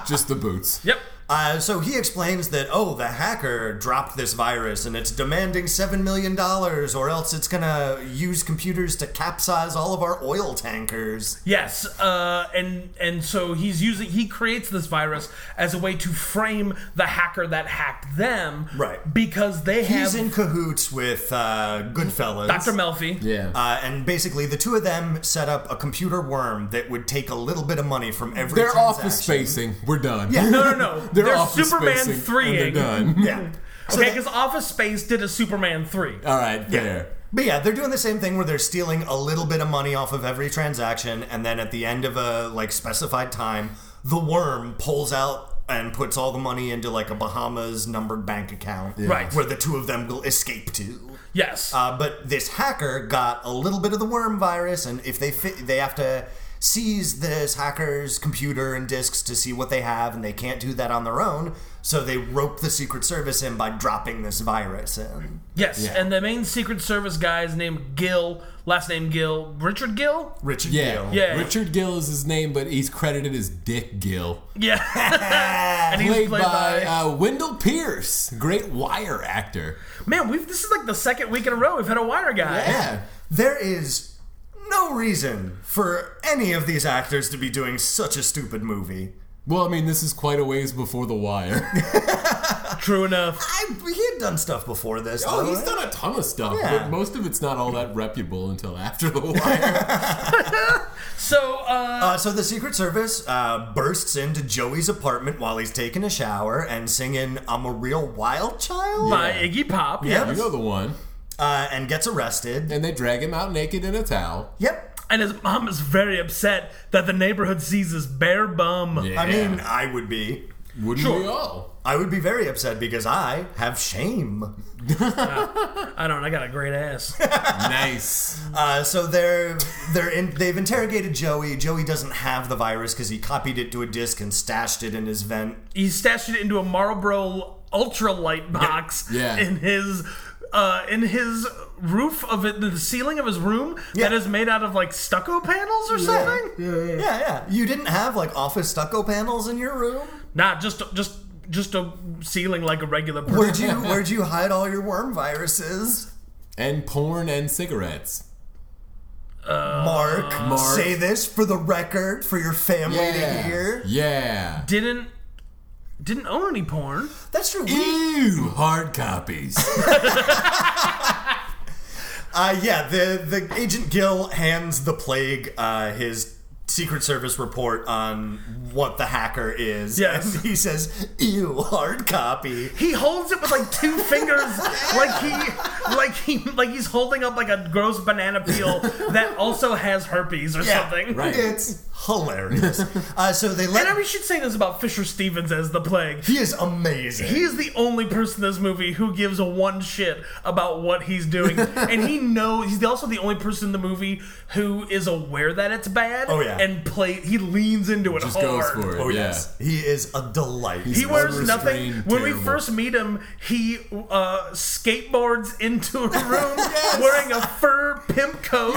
Just the boots. Yep. Uh, so he explains that, oh, the hacker dropped this virus and it's demanding $7 million or else it's going to use computers to capsize all of our oil tankers. Yes, uh, and and so he's using he creates this virus as a way to frame the hacker that hacked them, Right. Because they He's have in cahoots with uh, Goodfellas. Dr. Melfi. Yeah. Uh, and basically, the two of them set up a computer worm that would take a little bit of money from every They're office transaction. spacing. We're done. Yeah. No, no, no. They're, They're, office Superman spacing, 3 and they're done. Yeah. So Okay, they- because Office Space did a Superman 3. All right, there. But yeah, they're doing the same thing where they're stealing a little bit of money off of every transaction, and then at the end of a like specified time, the worm pulls out and puts all the money into like a Bahamas numbered bank account, Right. Where the two of them will escape to. Yes. Uh, but this hacker got a little bit of the worm virus, and if they fit, they have to seize this hacker's computer and disks to see what they have, and they can't do that on their own. So they rope the Secret Service in by dropping this virus in. yes. And the main Secret Service guy is named Gill, last name Gill, Richard Gill? Richard Yeah. Gill. Yeah. Richard Gill is his name, but he's credited as Dick Gill. Yeah. and he's Played by, uh, Wendell Pierce, great wire actor. Man, we've this is like the second week in a row we've had a wire guy. Yeah. There is no reason for any of these actors to be doing such a stupid movie. Well, I mean, this is quite a ways before The Wire. True enough. I, he had done stuff before this. oh, though, he's right? done a ton of stuff, Yeah. but most of it's not all that reputable until after The Wire. So uh, Uh, so the Secret Service uh, bursts into Joey's apartment while he's taking a shower and singing "I'm a Real Wild Child" by Iggy Pop. Yeah. you know the one. uh, and gets arrested. And they drag him out naked in a towel. Yep. And his mom is very upset that the neighborhood sees his bare bum. Yeah. I mean, I would be. Wouldn't we Sure. all? I would be very upset because I have shame. I don't. I got a great ass. nice. Uh, so they're they're in, they've interrogated Joey. Joey doesn't have the virus because he copied it to a disc and stashed it in his vent. he stashed it into a Marlboro ultralight box Yeah. in his uh, in his roof of it, the ceiling of his room that Yeah. is made out of like stucco panels or something. Yeah, yeah. You didn't have like office stucco panels in your room. Nah, just just just a ceiling like a regular person. Where'd you Where'd you hide all your worm viruses? And porn and cigarettes. Uh, Mark, Mark. say this for the record for your family to Yeah. hear. Yeah. didn't didn't own any porn. That's true. E- Ew, hard copies. Uh, yeah, the the agent Gill hands the plague uh, his Secret Service report on what the hacker is. Yes. and he says, "Ew, hard copy." He holds it with like two fingers, like he like he like he's holding up like a gross banana peel that also has herpes or Yeah, something. right. It's hilarious. uh, so they let And we should say this about Fisher Stevens as the plague. He is amazing. He is the only person in this movie who gives a one shit about what he's doing, and he knows. He's also the only person in the movie who is aware that it's bad. Oh, yeah. and play. He leans into it Just hard. goes for it. oh yeah. yes, he is a delight. He wears nothing. Unrestrained, When we terrible. first meet him, he uh, skateboards into a room wearing a fur pimp coat.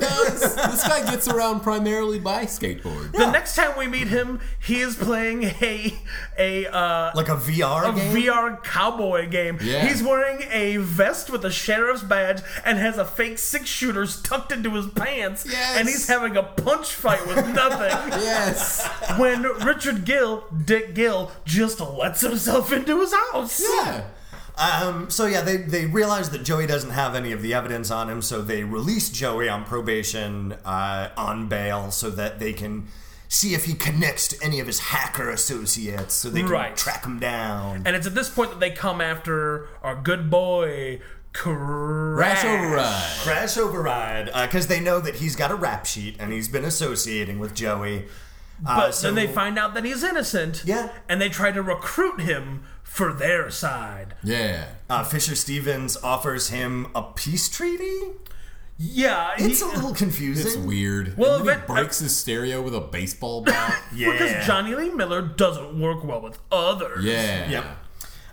Does. this guy gets around primarily by skateboard. The next time we meet him, he is playing a a uh, like a VR a game. VR cowboy game. Yeah. He's wearing a vest with a sheriff's badge and has a fake six shooters tucked into his pants. Yes. And he's having a punch fight with nothing. Yes. when Richard Gill, Dick Gill, just lets himself into his house. Yeah. Um, so yeah, they they realize that Joey doesn't have any of the evidence on him, so they release Joey on probation uh, on bail so that they can see if he connects to any of his hacker associates, so they can Right. track him down. And it's at this point that they come after our good boy Crash. Crash override. Crash override because they know that he's got a rap sheet and he's been associating with Joey. Uh, But so- then they find out that he's innocent. Yeah. And they try to recruit him for their side. Yeah. uh, Fisher Stevens offers him a peace treaty. Yeah. he- It's a little confusing. It's weird. Well, and then he but- breaks his stereo with a baseball bat. Because Johnny Lee Miller doesn't work well with others. Yeah. Yep.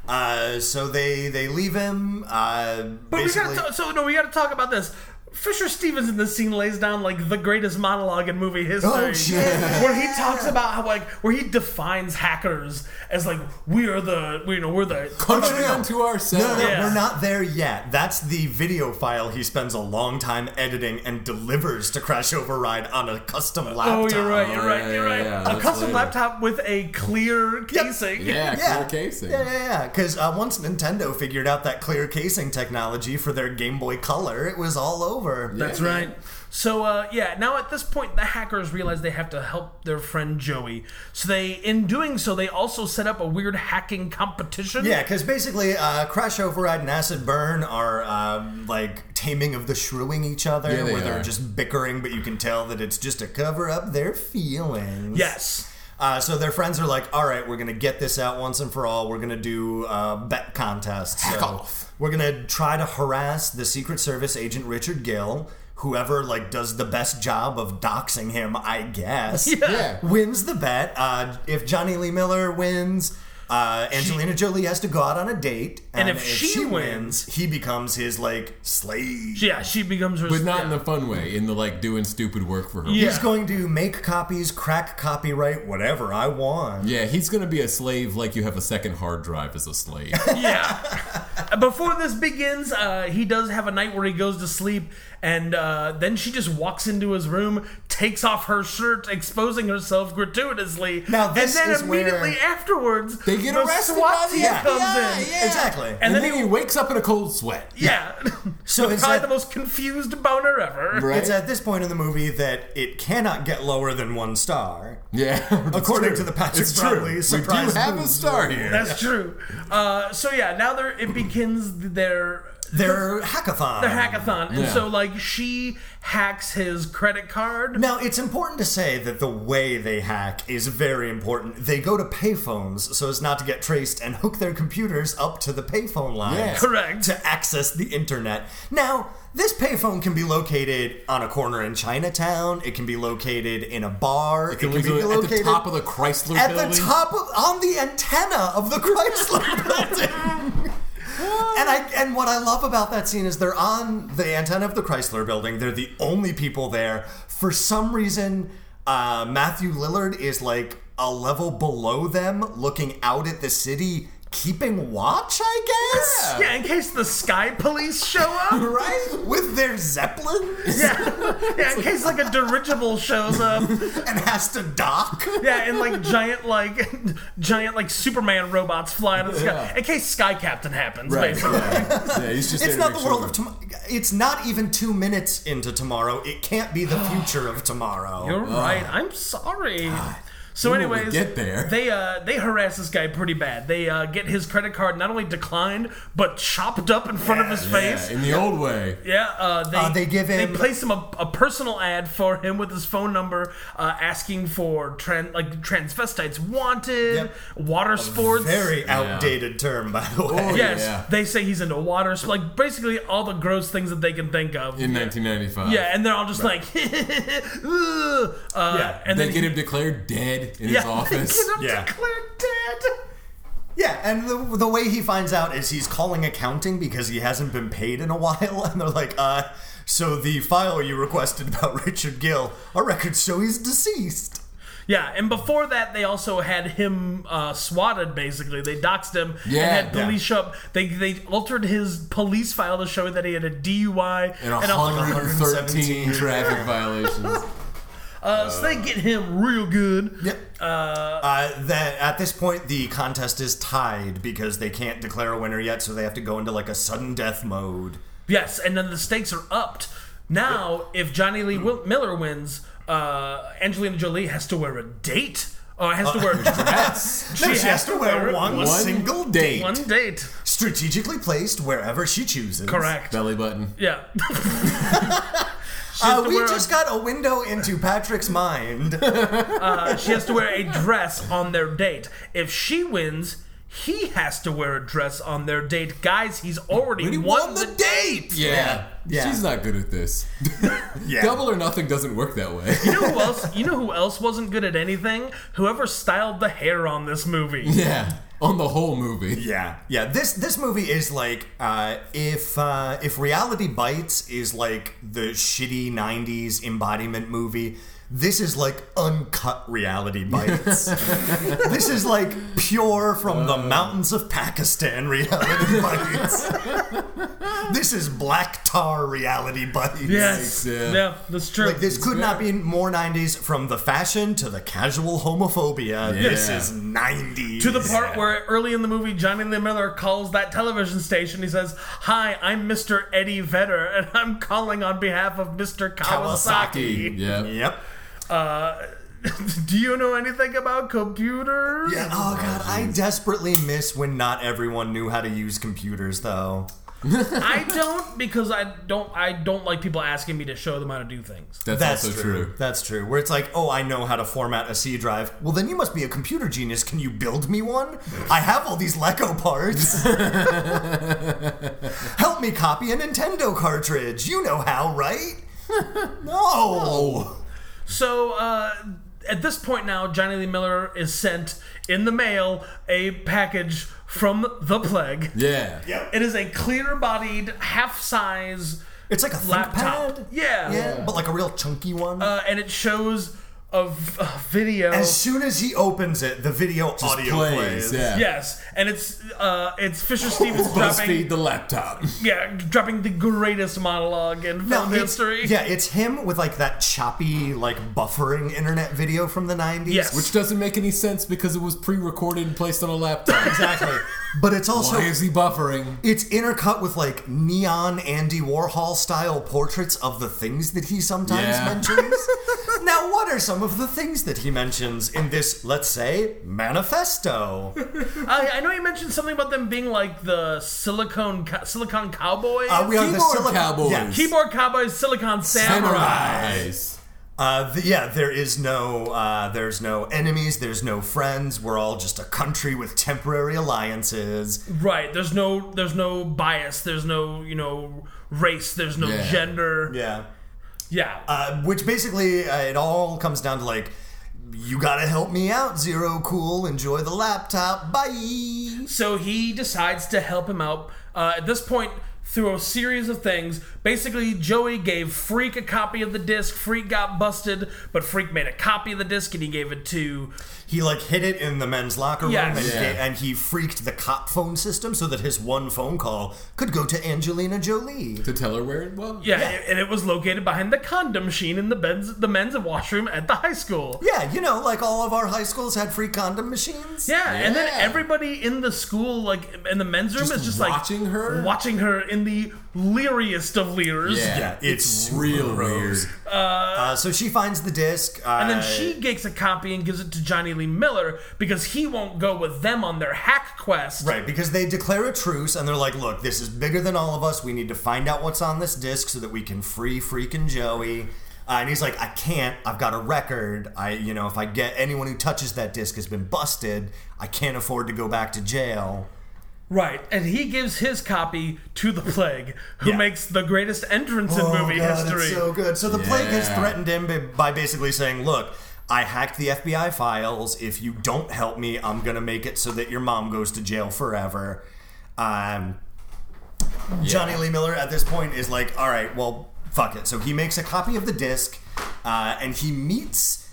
Uh, so they they leave him. Uh, But we basically, gotta ta- so no, we gotta talk about this. Fisher Stevens in this scene lays down like the greatest monologue in movie history. Oh, shit. Where he talks about how like where he defines hackers as like we are the we- you know we're the Country no, no. unto ourselves. No, no, no, Yeah. we're not there yet. That's the video file he spends a long time editing and delivers to Crash Override on a custom laptop. Oh, you're right, Oh, you're right, yeah, you're yeah, right. yeah, a that's custom later. laptop with a clear casing. Yeah, Yeah. clear casing. Yeah, yeah, yeah. Because uh, once Nintendo figured out that clear casing technology for their Game Boy Color, it was all over. That's right. So uh, yeah, now at this point, the hackers realize they have to help their friend Joey. So they, in doing so, they also set up a weird hacking competition. Yeah, because basically, uh, Crash Override and Acid Burn are um, like taming of the shrewying each other, Yeah, they where they're are. just bickering, but you can tell that it's just to cover up their feelings. Yes. Uh, so their friends are like, all right, we're going to get this out once and for all. We're going to do uh, bet contests. Hack So off. We're going to try to harass the Secret Service agent Richard Gill. Whoever like does the best job of doxing him, I guess, Yeah. wins the bet. Uh, if Johnny Lee Miller wins, uh, Angelina Jolie has to go out on a date, And if she wins- he becomes his like slave. Yeah, she becomes her. But not yeah. in the fun way, in the like doing stupid work for her. Yeah. He's going to make copies, crack copyright, whatever I want. Yeah, he's gonna be a slave like you have a second hard drive as a slave. yeah. Before this begins, uh, he does have a night where he goes to sleep, and uh, then she just walks into his room, takes off her shirt, exposing herself gratuitously. Now, this and then is where- immediately afterwards, They get the arrested SWAT by the team FBI. comes yeah, in. yeah. Exactly. And, then then, he, wakes up in a cold sweat. Yeah. So probably it's like- the most confused boner ever. Right? It's at this point in the movie that it cannot get lower than one star. yeah. it's According true. to the Patrick it's Bromley true. surprise We do have a moves. star here. That's true. Uh, so yeah, now there it begins their They're hackathon. a hackathon. And Yeah. so like she hacks his credit card. Now, it's important to say that the way they hack is very important. They go to payphones so as not to get traced and hook their computers up to the payphone lines. Yeah. Correct. To access the internet. Now, this payphone can be located on a corner in Chinatown. It can be located in a bar. It Can can, we be do it at located the top of the Chrysler at building? the top of, on the antenna of the Chrysler building. And I and what I love about that scene is they're on the antenna of the Chrysler building. They're the only people there. For some reason, uh, Matthew Lillard is like a level below them, looking out at the city, keeping watch. I guess. Yeah, in case the sky police show up. Right? With their zeppelins Yeah. yeah, in case like a dirigible shows up. and has to dock. Yeah, and like giant like giant like Superman robots fly out of the sky. Yeah. In case Sky Captain happens, Right. basically. yeah, he's just It's there to not make the world sure. of tomorrow. It's not even two minutes into tomorrow. It can't be the future of tomorrow. You're right. I'm sorry. So, Oh, You know we anyways, get there. they uh, they harass this guy pretty bad. They uh, get his credit card not only declined but chopped up in front of his face. Yeah, in the old way. Yeah, uh, they, Uh, they give him- they place him a, a personal ad for him with his phone number, uh, asking for tran- like transvestites wanted, Yep. water sports. Very outdated term, by the way. Oh, yeah. yes, they say he's into water, so like basically all the gross things that they can think of. In 1995. yeah, and they're all just like, Ugh. uh, Oh, Yeah, and They then get he- him declared dead in his yeah, office. They get him Yeah. declared dead. Yeah, and the, the way he finds out is he's calling accounting because he hasn't been paid in a while, and they're like, uh, so the file you requested about Richard Gill, our records show he's deceased. Yeah, and before that, they also had him uh, swatted. Basically, they doxed him Yeah, and had police show up. They they altered his police file to show that he had a DUI and a- 113 117. traffic violations. uh, so they get him real good. Yep. Uh, that at this point the contest is tied because they can't declare a winner yet, so they have to go into like a sudden death mode. Yes, and then the stakes are upped. Now, if Johnny Lee Wil- Miller wins, uh, Angelina Jolie has to wear a date. Or has to wear a dress. No, she has to wear one, One single date, one date. strategically placed wherever she chooses. Correct. Belly button. Yeah. to Uh, we wear a- just got a window into Patrick's mind. She has to wear a dress on their date. If she wins, he has to wear a dress on their date. Guys, he's already But he won, won the the date. Yeah. Yeah. She's not good at this. Yeah. Double or nothing doesn't work that way. You know who else? You know who else wasn't good at anything? Whoever styled the hair on this movie. yeah. On the whole movie. Yeah, yeah. This this movie is like uh, if uh, if Reality Bites is like the shitty '90s embodiment movie. This is like uncut reality bites. this is like pure from the mountains of Pakistan reality bites. this is black tar reality bites. Yes. Yeah. Yeah. that's true. Like this could not be more '90s. From the fashion to the casual homophobia, this Yeah. is '90s. to the part where early in the movie, Johnny Lee Miller calls that television station. He says, "Hi, I'm Mr. Eddie Vedder, and I'm calling on behalf of Mr. Kawasaki." Kawasaki. Yeah. Yep. Do you know anything about computers? Yeah. Oh god, I desperately miss when not everyone knew how to use computers, though. I don't because I don't I don't like people asking me to show them how to do things. That's, That's also true. true. That's true. Where it's like, oh, I know how to format a C drive. Well, then you must be a computer genius. Can you build me one? I have all these Lego parts. Help me copy a Nintendo cartridge. You know how, right? no. So uh, at this point now, Johnny Lee Miller is sent in the mail a package from the plague. Yeah. It is a clear-bodied, half-size It's like a ThinkPad. laptop. Yeah. Yeah, but like a real chunky one. Uh, and it shows a, v- a video. as soon as he opens it, the video audio Plays. plays. Yeah. yes, and it's uh, it's Fisher Stevens BuzzFeed dropping the laptop. yeah dropping the greatest monologue in film it's- history. Yeah, it's him with like that choppy, like buffering internet video from the 90s. Yes. Which doesn't make any sense because it was pre-recorded and placed on a laptop. Exactly. but it's also Why is he buffering? it's intercut with like neon Andy Warhol style portraits of the things that he sometimes Yeah. mentions. Now, what are some of the things that he mentions in this, let's say, manifesto? I, I know you mentioned something about them being like the silicone co- silicon cowboys, Uh, we are the Keyboard Silicon Cowboys. Yeah, keyboard cowboys, silicon samurai. Samurais. Uh, th- yeah, there is no, uh, there's no enemies, there's no friends. We're all just a country with temporary alliances. Right. There's no there's no bias. There's no you know race. There's no Yeah. gender. Yeah. Yeah, uh, which basically uh, it all comes down to like, you gotta help me out, Zero Cool. Enjoy the laptop. Bye. so he decides to help him out. Uh, at this point. Through a series of things, basically, Joey gave Freak a copy of the disc. Freak got busted, but Freak made a copy of the disc and he gave it to He like hid it in the men's locker room, Yes. and, Yeah. ga- and he freaked the cop phone system so that his one phone call could go to Angelina Jolie. To tell her where it was. yeah, Yeah. and it was located behind the condom machine in the men's the men's washroom at the high school. Yeah, you know, like all of our high schools had free condom machines. Yeah, and then Yeah. everybody in the school, like in the men's room, Just is just watching like her? watching her in the leeriest of leers. Yeah, Yeah, it's, it's real super weird. gross. Uh, so she finds the disc, uh, And then she gets a copy and gives it to Johnny Lee Miller because he won't go with them on their hack quest. Right, because they declare a truce and they're like, look, this is bigger than all of us. We need to find out what's on this disc so that we can free freaking Joey. Uh, and he's like, I can't. I've got a record. I, you know, if I get anyone who touches that disc has been busted, I can't afford to go back to jail. Right, And he gives his copy to the Plague, who Yeah. makes the greatest entrance in Oh, movie Oh, God, history. It's so good. So the plague has Yeah. threatened him by- by basically saying, look, I hacked the FBI files. If you don't help me, I'm going to make it so that your mom goes to jail forever. Um, Johnny Lee Miller at this point is like, all right, well, fuck it. So he makes a copy of the disc uh, and he meets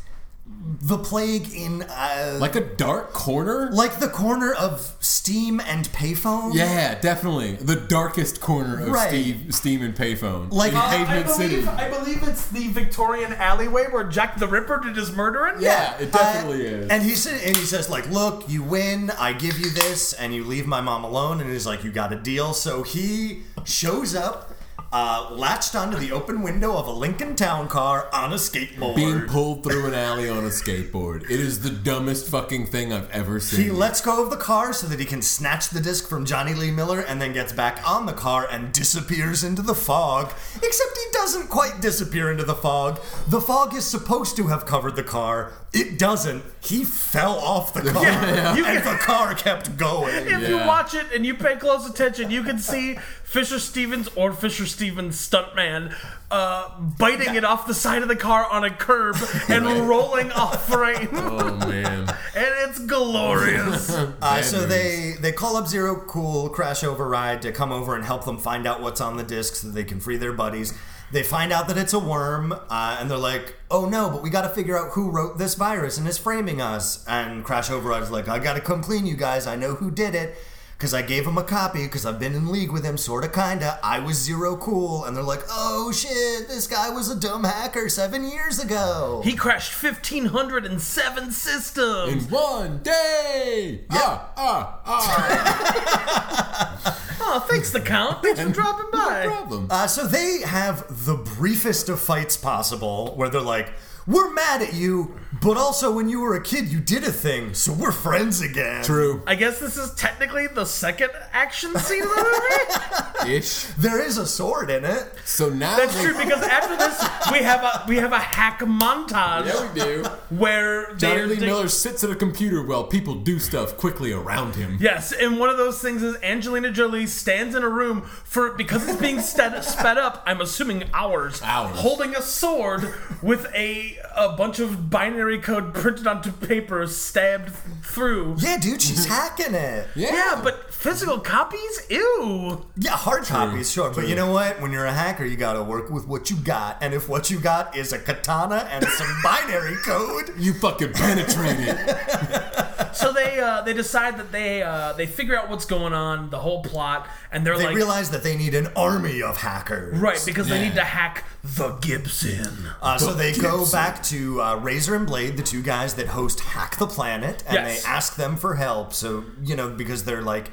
the plague in uh, like, Like a dark corner? the corner of Steam and Payphone. yeah, definitely. The darkest corner of Right. Steve, Steam and Payphone. Like- in Uh, I Pavement City. I believe it's the Victorian alleyway where Jack the Ripper did his murdering. yeah, it definitely Uh, is. And he said, and he says, like, look, you win, I give you this, and you leave my mom alone. And he's like, you got a deal. So he shows up, uh, latched onto the open window of a Lincoln Town car on a skateboard. being pulled through an alley on a skateboard. It is the dumbest fucking thing I've ever seen. he lets go of the car so that he can snatch the disc from Johnny Lee Miller and then gets back on the car and disappears into the fog. Except he doesn't quite disappear into the fog. The fog is supposed to have covered the car. It doesn't. He fell off the car. Yeah, you and can- the car kept going. If you Yeah. watch it and you pay close attention, you can see Fisher Stevens or Fisher Stevens stuntman uh, biting it off the side of the car on a curb and rolling off frame, oh man. and it's glorious. Uh, Bad so news. they they call up Zero Cool Crash Override to come over and help them find out what's on the disc so they can free their buddies. They find out that it's a worm, uh, and they're like, "Oh no!" But we got to figure out who wrote this virus and is framing us. And Crash Override's like, "I got to come clean, you guys. I know who did it." Because I gave him a copy, because I've been in league with him, sorta kinda. I was zero cool. And they're like, oh shit, this guy was a dumb hacker seven years ago. he crashed 1,507 systems. In one day. Ah, ah, ah. Oh, thanks, the Count. Thanks for dropping No by. problem. Uh, so they have the briefest of fights possible, where they're like, "We're mad at you, but also when you were a kid, you did a thing, so we're friends again." True. I guess this is technically the second action scene of the movie. Ish. There is a sword in it. So now That's they- true because after this we have a we have a hack montage Yeah, we do. where Johnny they're- Lee they- Miller sits at a computer while people do stuff quickly around him. Yes, and one of those things is Angelina Jolie stands in a room for because it's being sped, sped up. I'm assuming hours, Hours. holding a sword with a a bunch of binary code printed onto paper stabbed through. Yeah, dude, she's hacking it. Yeah, Yeah, but physical copies, ew. hard copies, sure, but you know what? When you're a hacker, you gotta work with what you got, and if what you got is a katana and some binary code, You fucking penetrate it. So they uh, they decide that they uh, they figure out what's going on, the whole plot, and they're they like, realize that they need an army of hackers. right, because they Yeah. need to hack the Gibson. Uh, so they go Gibson. back to uh, Razor and Blade, the two guys that host Hack the Planet, and Yes. they ask them for help. So you know because they're like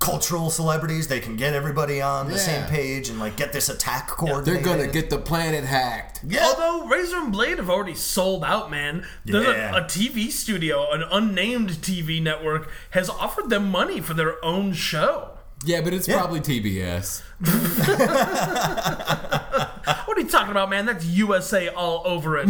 cultural celebrities. They can get everybody on the Yeah. same page and like get this attack coordinated. They're gonna get the planet hacked. Yeah. Although Razor and Blade have already sold out, man. There's Yeah. a, a TV studio, an unnamed TV network, has offered them money for their own show. Yeah, but it's probably TBS. What are you talking about, man? That's USA all over it.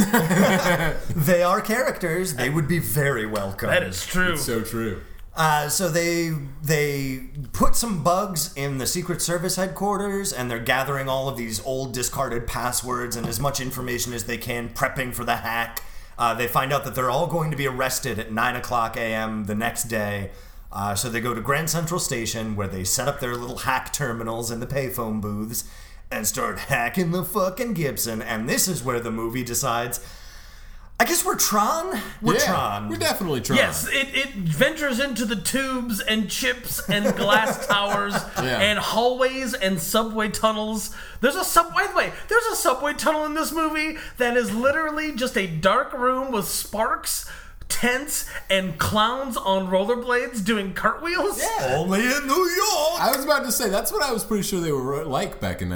They are characters. They would be very welcome. that is true. So true. Uh, so they they put some bugs in the Secret Service headquarters, and they're gathering all of these old discarded passwords and as much information as they can, prepping for the hack. Uh, they find out that they're all going to be arrested at nine o'clock a.m. the next day. Uh, so they go to Grand Central Station, where they set up their little hack terminals and the payphone booths, and start hacking the fucking Gibson. And this is where the movie decides. I guess we're Tron. We're yeah, Tron. We're definitely Tron. Yes, it, it ventures into the tubes and chips and glass towers Yeah. and hallways and subway tunnels. There's a sub. By the way, there's a subway tunnel in this movie that is literally just a dark room with sparks, tents, and clowns on rollerblades doing cartwheels. Only in New York. I was about to say that's what I was pretty sure they were like back in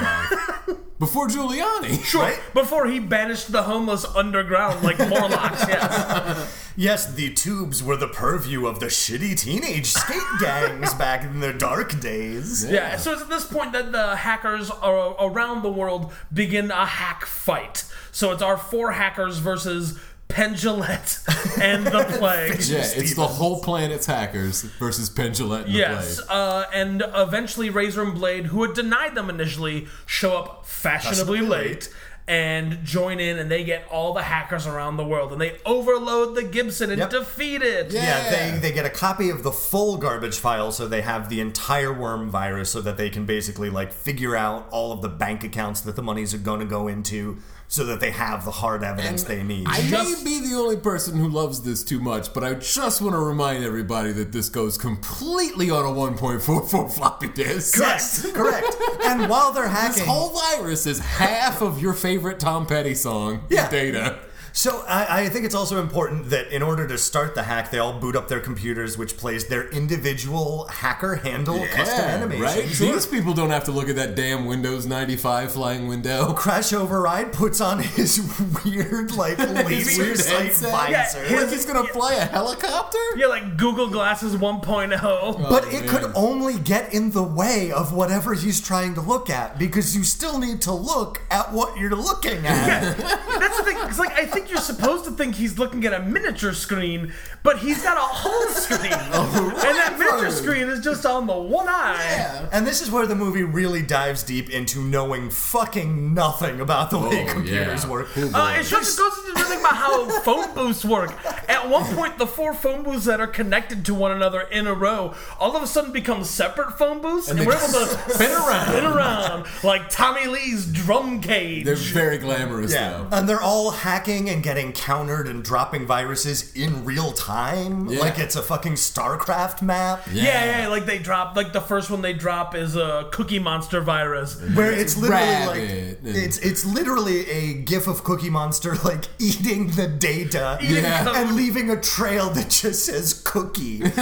1995, before Giuliani. Sure. Right? Before he banished the homeless underground like Morlocks. yes. Yes, the tubes were the purview of the shitty teenage skate gangs back in their dark days. Yeah, so it's at this point that the hackers are around the world begin a hack fight. So it's our four hackers versus Pendulette and the Plague. uh, Yeah, it's the whole planet's hackers versus Pendulette. In Yes, the play. uh, and eventually Razor and Blade, who had denied them initially, show up fashionably Fashionably late, late. and join in, and they get all the hackers around the world, and they overload the Gibson and Yep. defeat it. Yeah, Yeah. they, they get a copy of the full garbage file so they have the entire worm virus so that they can basically like figure out all of the bank accounts that the monies are going to go into so that they have the hard evidence they need. I Just- may be the only person who loves this too much, but I just want to remind everybody that this goes completely on a 1.44 floppy disk. yes, correct. And while they're hacking, This whole virus is half of your favorite Tom Petty song, Yeah. Data. So I, I think it's also important that in order to start the hack, they all boot up their computers, which plays their individual hacker handle custom animation. right? These people don't have to look at that damn Windows 95 flying window. Crash Override puts on his weird, like His laser weird sight headset. visor. Yeah, Like he's gonna fly a helicopter? You're like Google Glasses 1.0. But Oh, it man. could only get in the way of whatever he's trying to look at because you still need to look at what you're looking at. That's the thing. It's like I think you're supposed to think he's looking at a miniature screen, but he's got a whole screen, and that miniature screen is just on the one eye. And this is where the movie really dives deep into knowing fucking nothing about the way Oh, computers yeah. work. Oh, Uh, boy. it just goes into the thing about how phone booths work. At one point, the four phone booths that are connected to one another in a row all of a sudden become separate phone booths, and, they we're able to spin around. spin around like Tommy Lee's drum cage. They're very glamorous Yeah. though. And they're all hacking and getting countered and dropping viruses in real time. Yeah. Like it's a fucking StarCraft map. yeah, yeah, yeah, like they drop, like the first one they drop is a Cookie Monster virus. Where it's literally Rabbit like and- it's it's literally a gif of Cookie Monster like eating the data Yeah. Cookie- and leaving a trail that just says cookie. and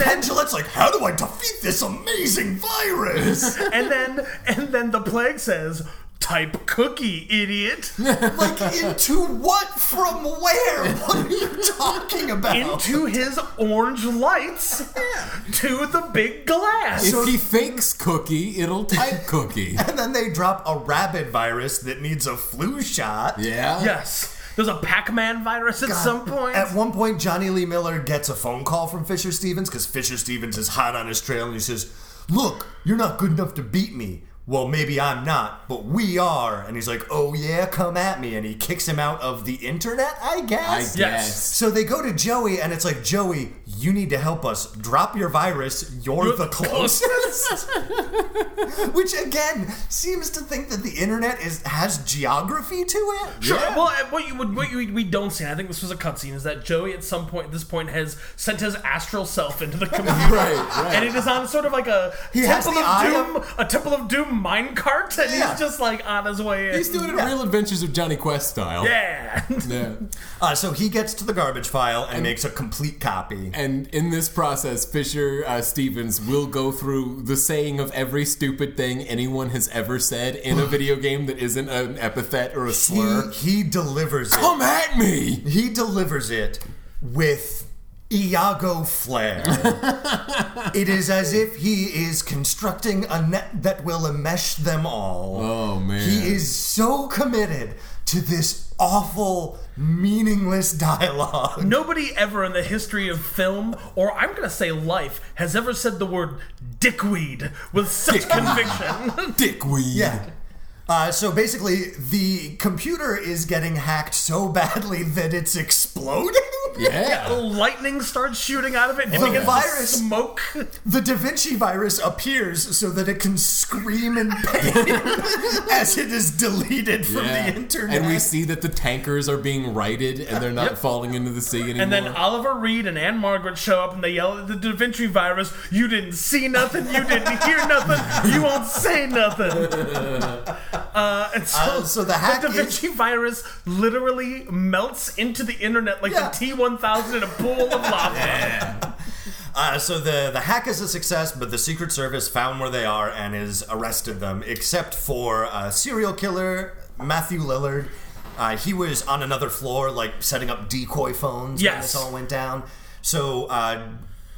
Pendulette's like, how do I defeat this amazing virus? and then and then the plague says type cookie idiot like into what from where? What are you talking about? into his orange lights to the big glass If he thinks cookie, it'll type cookie. and then they drop a rabid virus that needs a flu shot. Yeah. yes there's a pac-man virus at some point At one point, Johnny Lee Miller gets a phone call from Fisher Stevens because Fisher Stevens is hot on his trail and he says, Look, you're not good enough to beat me. Well, maybe I'm not, but we are. And he's like, Oh, yeah, come at me. And he kicks him out of the internet, I I guess. guess. Yes. So they go to Joey and it's like, Joey, you need to help us. Drop your virus. You're, You're the the closest. Which again seems to think that the internet is has geography to it. Sure. Well, and what you would, what you, we don't see, and I think this was a cutscene, is that Joey at some point, at this point, has sent his astral self into the computer, Right, right. and it is on sort of like a has temple the of eye doom, a temple of doom mine cart and Yeah. he's just like on his way in. He's doing it Real Adventures of Johnny Quest style. yeah. Yeah. Uh, so he gets to the garbage file and, makes a complete copy. And in this process, Fisher uh, Stevens will go through the saying of every stupid thing anyone has ever said in a video game that isn't an epithet or a He, slur. he delivers it. Come at me! He delivers it with Iago flair. it is as if he is constructing a net that will enmesh them all. Oh, man. He is so committed to this awful, meaningless dialogue. Nobody ever in the history of film, or I'm going to say life, has ever said the word dickweed with such conviction. Dickweed. Yeah. Uh, so basically, the computer is getting hacked so badly that it's exploding. Yeah. Lightning starts shooting out of it. It The begins virus. to smoke. The Da Vinci virus appears so that it can scream in pain as it is deleted from Yeah. the internet. And we see that the tankers are being righted and they're not falling into the sea anymore. And then Oliver Reed and Anne Margaret show up and they yell at the Da Vinci virus, You didn't see nothing, you didn't hear nothing, you won't say nothing. Uh, and so, Uh, so the hack Da is- Vinci virus literally melts into the internet like Yeah. the T 1000 in a pool of lava. uh, so the, the hack is a success, but the Secret Service found where they are and has arrested them, except for uh, serial killer Matthew Lillard. Uh, he was on another floor, like setting up decoy phones when Yes. this all went down. So uh,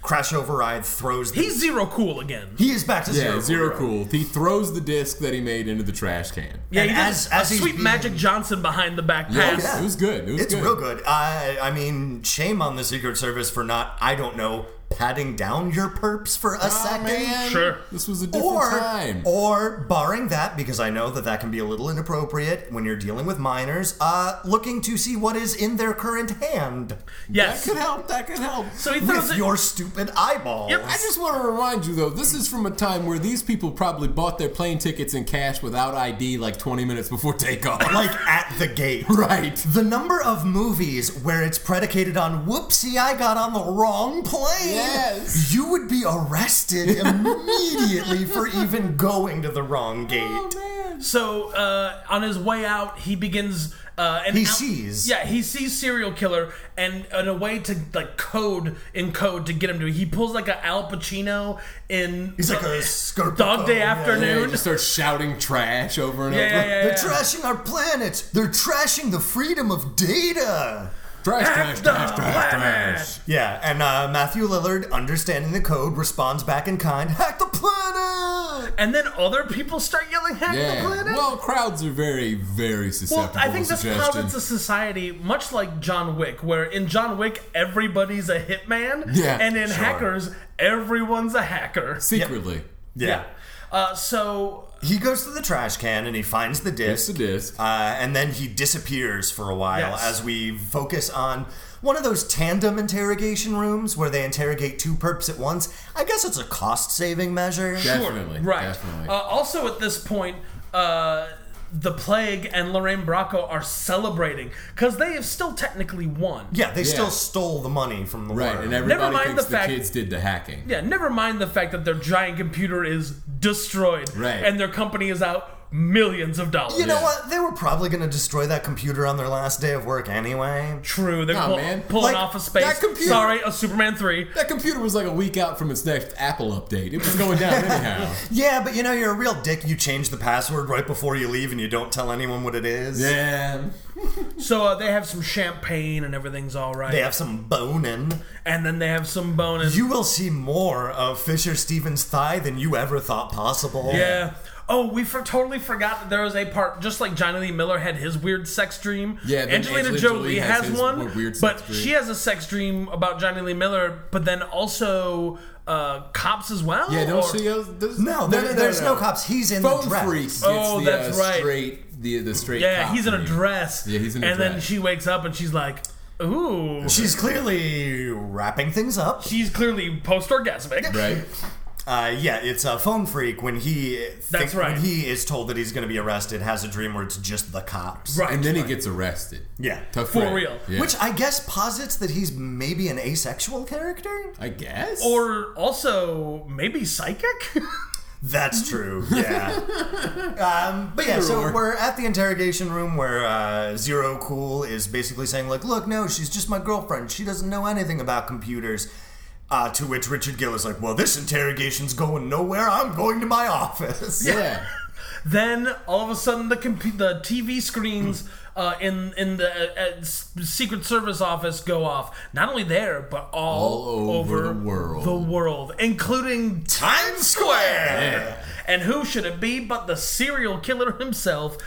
Crash Override throws. The- He's zero cool again. he is back to yeah, zero. zero cool. He throws the disc that he made into the trash can. Yeah, And he as- does as a he's sweet being- Magic Johnson behind the back Yeah, it pass. was- It was good. Oh, It was It's real good. I I mean, shame on the Secret Service for not, I don't know, patting down your perps for a Oh, second. man. Sure. This was a different Or, time. or barring that, because I know that that can be a little inappropriate when you're dealing with minors, uh, looking to see what is in their current hand that Yes. could help. That could help. So he throws with it. your stupid eyeball. Yep. I just want to remind you, though, this is from a time where these people probably bought their plane tickets in cash without ID like 20 minutes before takeoff. Like at the gate. right. The number of movies where it's predicated on "Whoopsie, I got on the wrong plane." Yes. you would be arrested immediately for even going to the wrong gate. So uh, on his way out, he begins. Uh, and He out- sees. Yeah, he sees serial killer, and in a way to like code in code to get him to. He pulls like a Al Pacino in. He's like a scarpathone, Dog Day yeah. Yeah, Afternoon. just start shouting trash over and Yeah, over. yeah, yeah. They're trashing our planet. They're trashing the freedom of data. Trash, trash, After trash, trash, planet. trash. Yeah, and uh, Matthew Lillard, understanding the code, responds back in kind, "Hack the planet." And then other people start yelling, "Hack the Yeah. planet!" Well, crowds are very, very susceptible Well, I think to that's how suggestion. it's a society, much like John Wick, where in John Wick everybody's a hitman, Yeah, and in sure. Hackers everyone's a hacker. Secretly. Yeah. Uh, so He goes to the trash can and he finds the It's disc. a disc. Uh, and then he disappears for a while Yes. as we focus on one of those tandem interrogation rooms where they interrogate two perps at once. I guess it's a cost saving measure. definitely. right. Definitely. Uh, also, at this point, uh, the Plague and Lorraine Bracco are celebrating because they have still technically won. Yeah, they Yeah. still stole the money from the right. war. And everybody mind thinks the the, fact- kids did the hacking. Yeah, never mind the fact that their giant computer is destroyed Right. and their company is out millions of dollars. you know Yeah. what? They were probably going to destroy that computer on their last day of work anyway. True, they're Nah, pull- man. pulling Like, off a space. that computer- Sorry, a Superman 3. That computer was like a week out from its next Apple update. It was going down anyhow. Yeah, but you know, you're a real dick. You change the password right before you leave and you don't tell anyone what it is. Yeah. So uh, they have some champagne and everything's all right. They have some boning. And then they have some bonus. You will see more of Fisher Stevens' thigh than you ever thought possible. Yeah. Oh, we for- totally forgot that there was a part. Just like Johnny Lee Miller had his weird sex dream. Yeah, then Angelina, Angelina Jolie, Jolie has has, his more one, weird sex but dream. she has a sex dream about Johnny Lee Miller. But then also uh, cops as well. Yeah, don't Or- see those. those- No, there, there's no. cops. He's in Phone the dress. Freak gets Oh, the that's uh, right. straight the the straight. Yeah, cop he's in a view. dress. Yeah, he's in a and then dress. she wakes up and she's like, "Ooh." She's clearly wrapping things up. She's clearly post-orgasmic. Right. Uh, yeah, it's a phone freak when he think- That's right. when he is told that he's going to be arrested has a dream where it's just the cops. Right. And then he gets arrested. Yeah. Tough For break. real. Yeah. Which I guess posits that he's maybe an asexual character. I guess. Or also maybe psychic. That's true. Yeah. um, but yeah, so Sure. we're at the interrogation room where uh, Zero Cool is basically saying like, "Look, no, she's just my girlfriend. She doesn't know anything about computers." Uh, to which Richard Gill is like, "Well, this interrogation's going nowhere. I'm going to my office." Yeah. Then all of a sudden, the compu- the TV screens uh, in in the uh, uh, S- Secret Service office go off. Not only there, but all, All over the world. the world, including Times Square. and who should it be but the serial killer himself,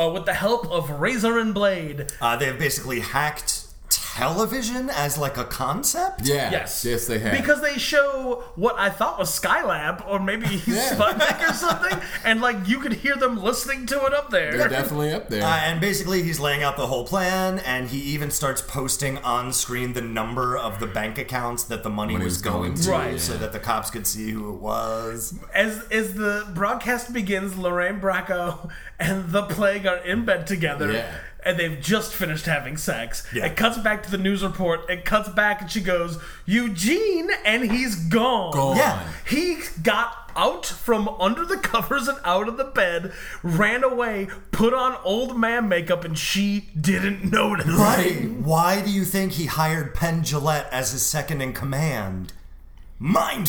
uh, with the help of Razor and Blade. Uh, they've basically hacked television as like a concept. Yeah. Yes. Ah, Yes, they have. Because they show what I thought was Skylab or maybe Yeah. Sputnik or something, and like you could hear them listening to it up there. they're definitely up there. Uh, and basically, he's laying out the whole plan, and he even starts posting on screen the number of the bank accounts that the money Money was was going going to, to, Right. so that the cops could see who it was. As as the broadcast begins, Lorraine Bracco and the plague are in bed together. Yeah. And they've just finished having sex. Yeah. It cuts back to the news report. It cuts back and she goes, Eugene, and he's gone. Gone. yeah. He got out from under the covers and out of the bed, ran away, put on old man makeup, and she didn't notice. Right? Why do you think he hired Penn Gillette as his second in command? Mind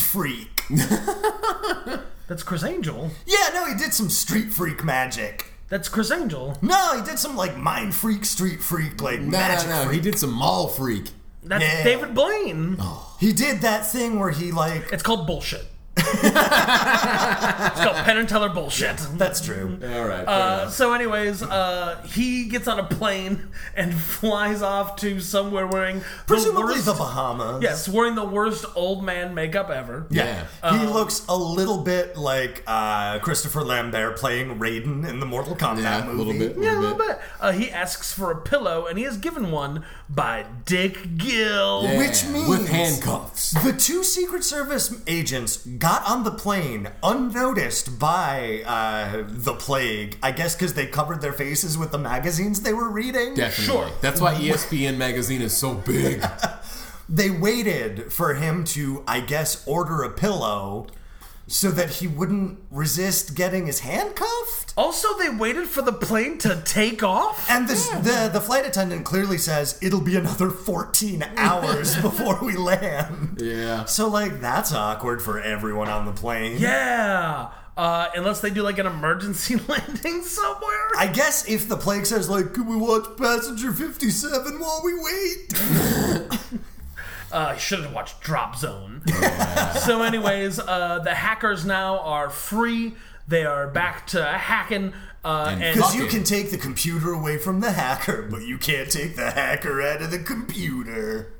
freak. That's Chris Angel. Yeah, no, he did some street freak magic. That's Chris Angel. No, he did some like mind freak, street freak, like no, magic. no, no. He did some mall freak. That's Yeah. David Blaine. He did that thing where he like. It's called bullshit. it's called Penn and Teller bullshit. That's true. All right. fair Uh, enough. so, anyways, uh, he gets on a plane and flies off to somewhere wearing the Presumably worst, the Bahamas. yes, wearing the worst old man makeup ever. yeah. he looks a little bit like uh, Christopher Lambert playing Raiden in the Mortal Kombat Yeah, a movie. little bit. Yeah, a little bit. Uh, he asks for a pillow, and he is given one by Dick Gill. Yeah, Which means- with handcuffs. The two Secret Service agents got on the plane unnoticed by uh, the plague, I guess because they covered their faces with the magazines they were reading. Definitely. Sure. That's why E ESPN magazine is so big. They waited for him to, I guess, order a pillow so that he wouldn't resist getting his handcuffed. Also, they waited for the plane to take off. And this, the the flight attendant clearly says it'll be another 14 hours before we land. yeah. So like that's awkward for everyone on the plane. Yeah. Uh, unless they do like an emergency landing somewhere. I guess if the plague says like, "Can we watch Passenger 57 while we wait?" Uh, I should have watched Drop Zone. so, anyways, uh, the hackers now are free. They are back to hacking. Uh, And and Because fuck you it. can take the computer away from the hacker, but you can't take the hacker out of the computer.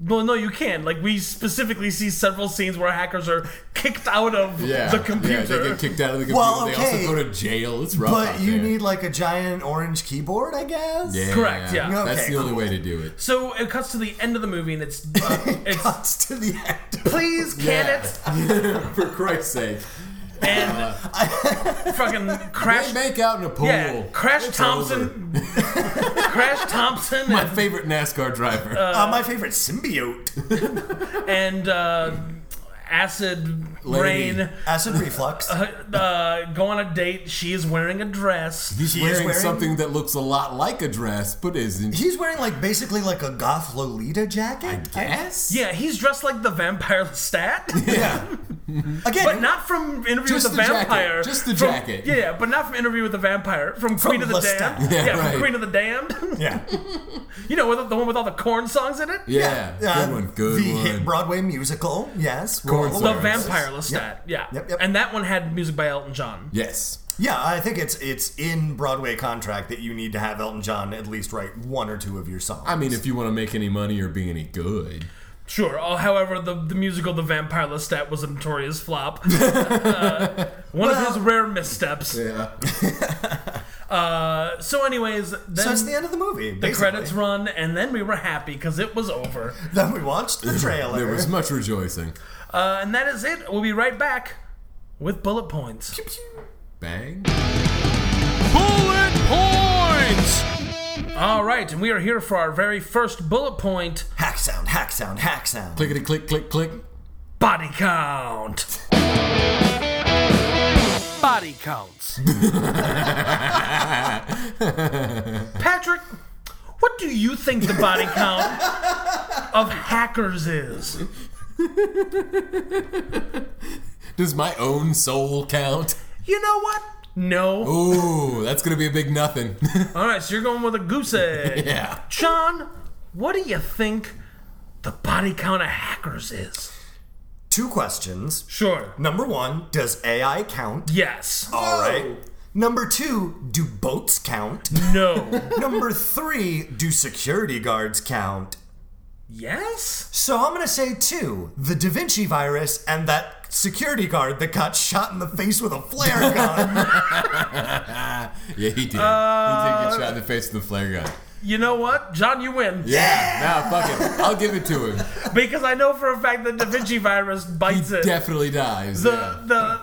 well, no, you can. Like we specifically see several scenes where hackers are kicked out of Yeah. the Yeah, they computer. get kicked out of the computer. Well, okay. They also go to jail. It's rough. But out you there. need like a giant orange keyboard, I guess. Yeah. Correct, yeah. That's Okay, the only way to do it. so it cuts to the end of the movie, and it's uh, it's Cuts to the end. please can it Yeah. For Christ's sake. and fucking They crash make out in a pool. yeah crash It's over. thompson crash thompson My and- favorite NASCAR driver. Uh, my favorite symbiote. and uh, acid Lady. rain Acid reflux. uh, go on a date she is wearing a dress He's He is wearing, wearing- something that looks a lot like a dress, but isn't. He's wearing like basically like a goth Lolita jacket. Yes. yeah he's dressed like the vampire lestat Yeah. Again, but not from interview Just with the, the jacket. vampire Just the From- jacket. yeah but not from interview with the vampire from, queen of the Lestat. damned Yeah, from right. queen of the damned yeah. you know with the one with all the corn songs in it Yeah. Uh, Good one. Good the one. hit Broadway musical, yes. we're Corn all the Sorry. aware. vampire lestat yeah Yep, yep. and that one had music by elton john yes. Yeah, I think it's it's in Broadway contract that you need to have Elton John at least write one or two of your songs. I mean, if you want to make any money or be any good. Sure. Oh, however, the, the musical The Vampire Lestat was a notorious flop. uh, one of his rare missteps. Yeah. Uh, so, anyways, then so it's the end of the movie. the credits run, and then we were happy because it was over. Then we watched the There trailer. was much rejoicing. Uh, and that is it. We'll be right back with bullet points. Bang. Bullet points! All right, and we are here for our very first bullet point: hack sound, hack sound, hack sound. Clickety click, click, click. body count. body counts. Patrick, what do you think the body count of hackers is? Does my own soul count? You know what? No. Ooh, that's gonna be a big nothing. All right, so you're going with a goose egg. yeah. John, what do you think the body count of hackers is? Two questions. Sure. Number one, does AI count? Yes. All right. Number two, do boats count? No. Number three, do security guards count? yes? So I'm gonna say two: the Da Vinci virus and that security guard that got shot in the face with a flare gun. Yeah, he did. he Uh, did get shot in the face with a flare gun. You know what? John, you win. Yeah. Now, fuck it. I'll give it to him. Because I know for a fact that Da Vinci virus bites it. Definitely dies. yeah. the,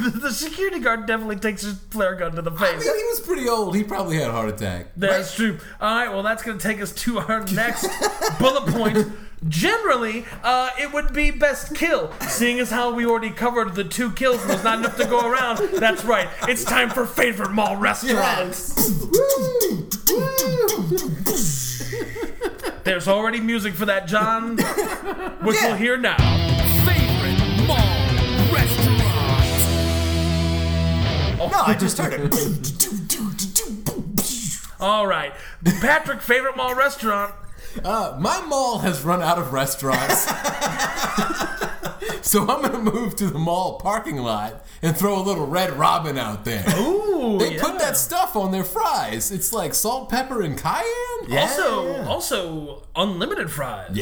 the, the security guard definitely takes his flare gun to the face. I mean, he was pretty old. He probably had a heart attack. That's true. All right, well, that's going to take us to our next bullet point. Generally, uh, it would be best kill. Seeing as how we already covered the two kills and was not enough to go around, that's right. It's time for favorite mall restaurants. There's already music for that, John, which we'll hear now. Favorite mall restaurant. no, I just heard it. All right, Patrick, favorite mall restaurant. Uh, my mall has run out of restaurants. so I'm going to move to the mall parking lot and throw a little Red Robin out there. Ooh, they yeah. put that stuff on their fries. It's like salt, pepper, and cayenne. Yeah. also, also unlimited fries.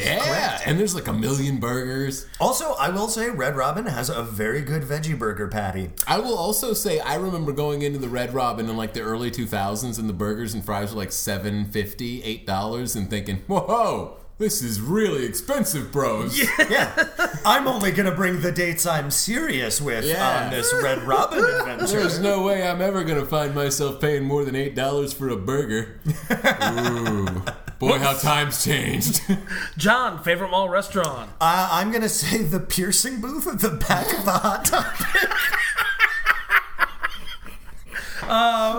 and there's like a million burgers. Also, I will say Red Robin has a very good veggie burger patty. I will also say I remember going into the Red Robin in like the early 2000s, and the burgers and fries were like seven fifty, eight dollars, and thinking, "Whoa, this is really expensive, bros." Yeah, I'm only gonna bring the dates I'm serious with Yeah. on this Red Robin adventure. There's no way I'm ever gonna find myself paying more than eight dollars for a burger. Ooh, boy, how times changed. John, favorite mall restaurant. Uh, I'm gonna say the piercing booth at the back of the hot topic.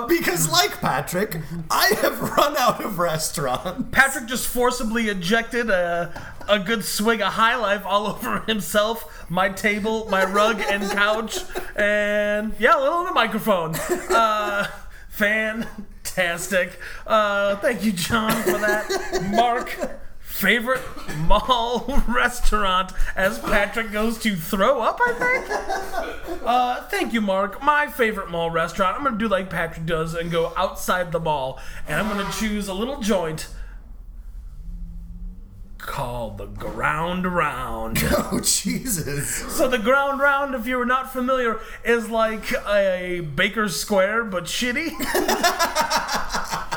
because, like Patrick, I have run out of restaurant. Patrick just forcibly ejected a, a good swig of high life all over himself, my table, my rug, and couch, and yeah, a little on the microphone. Uh, fantastic. Uh, thank you, John, for that. Mark, favorite mall restaurant as Patrick goes to throw up, I think? Uh, thank you, Mark. My favorite mall restaurant. I'm going to do like Patrick does and go outside the mall, and I'm going to choose a little joint called the ground round. Oh Jesus! so the ground round, if you were not familiar, is like a Baker's Square but shitty.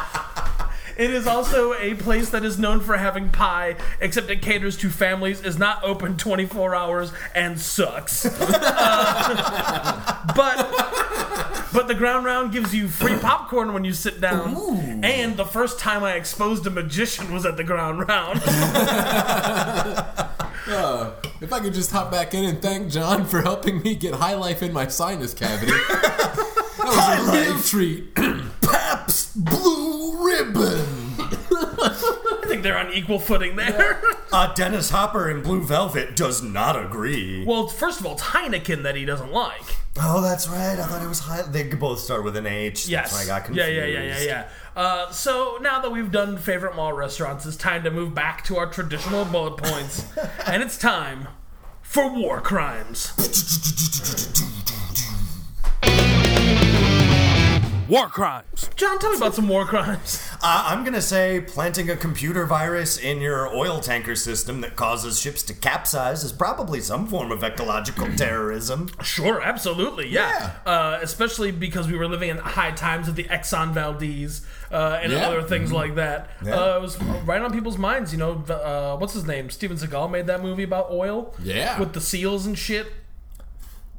It is also a place that is known for having pie, except it caters to families, is not open 24 hours, and sucks. Uh, but but the ground round gives you free popcorn when you sit down. And the first time I exposed a magician was at the ground round. Uh, if I could just hop back in and thank John for helping me get high life in my sinus cavity. That was a real treat. Paps Blue Ribbon. I think they're on equal footing there. Uh, Dennis Hopper in Blue Velvet does not agree. well, first of all, it's Heineken that he doesn't like. Oh, that's right. I thought it was high. They both start with an Yes. H. Oh That's why I got confused. Yeah, yeah, yeah, yeah, yeah. Uh, so now that we've done favorite mall restaurants, it's time to move back to our traditional bullet points, and it's time for war crimes. War crimes. John, tell me about some war crimes. Uh, I'm gonna say planting a computer virus in your oil tanker system that causes ships to capsize is probably some form of ecological terrorism. Sure, absolutely, yeah. Uh, especially because we were living in high times of the Exxon Valdez uh, and Yeah. Mm-hmm. other things like that. Uh, it was right on people's minds, you know. Uh, what's his name? Steven Seagal made that movie about oil. Yeah. With the seals and shit.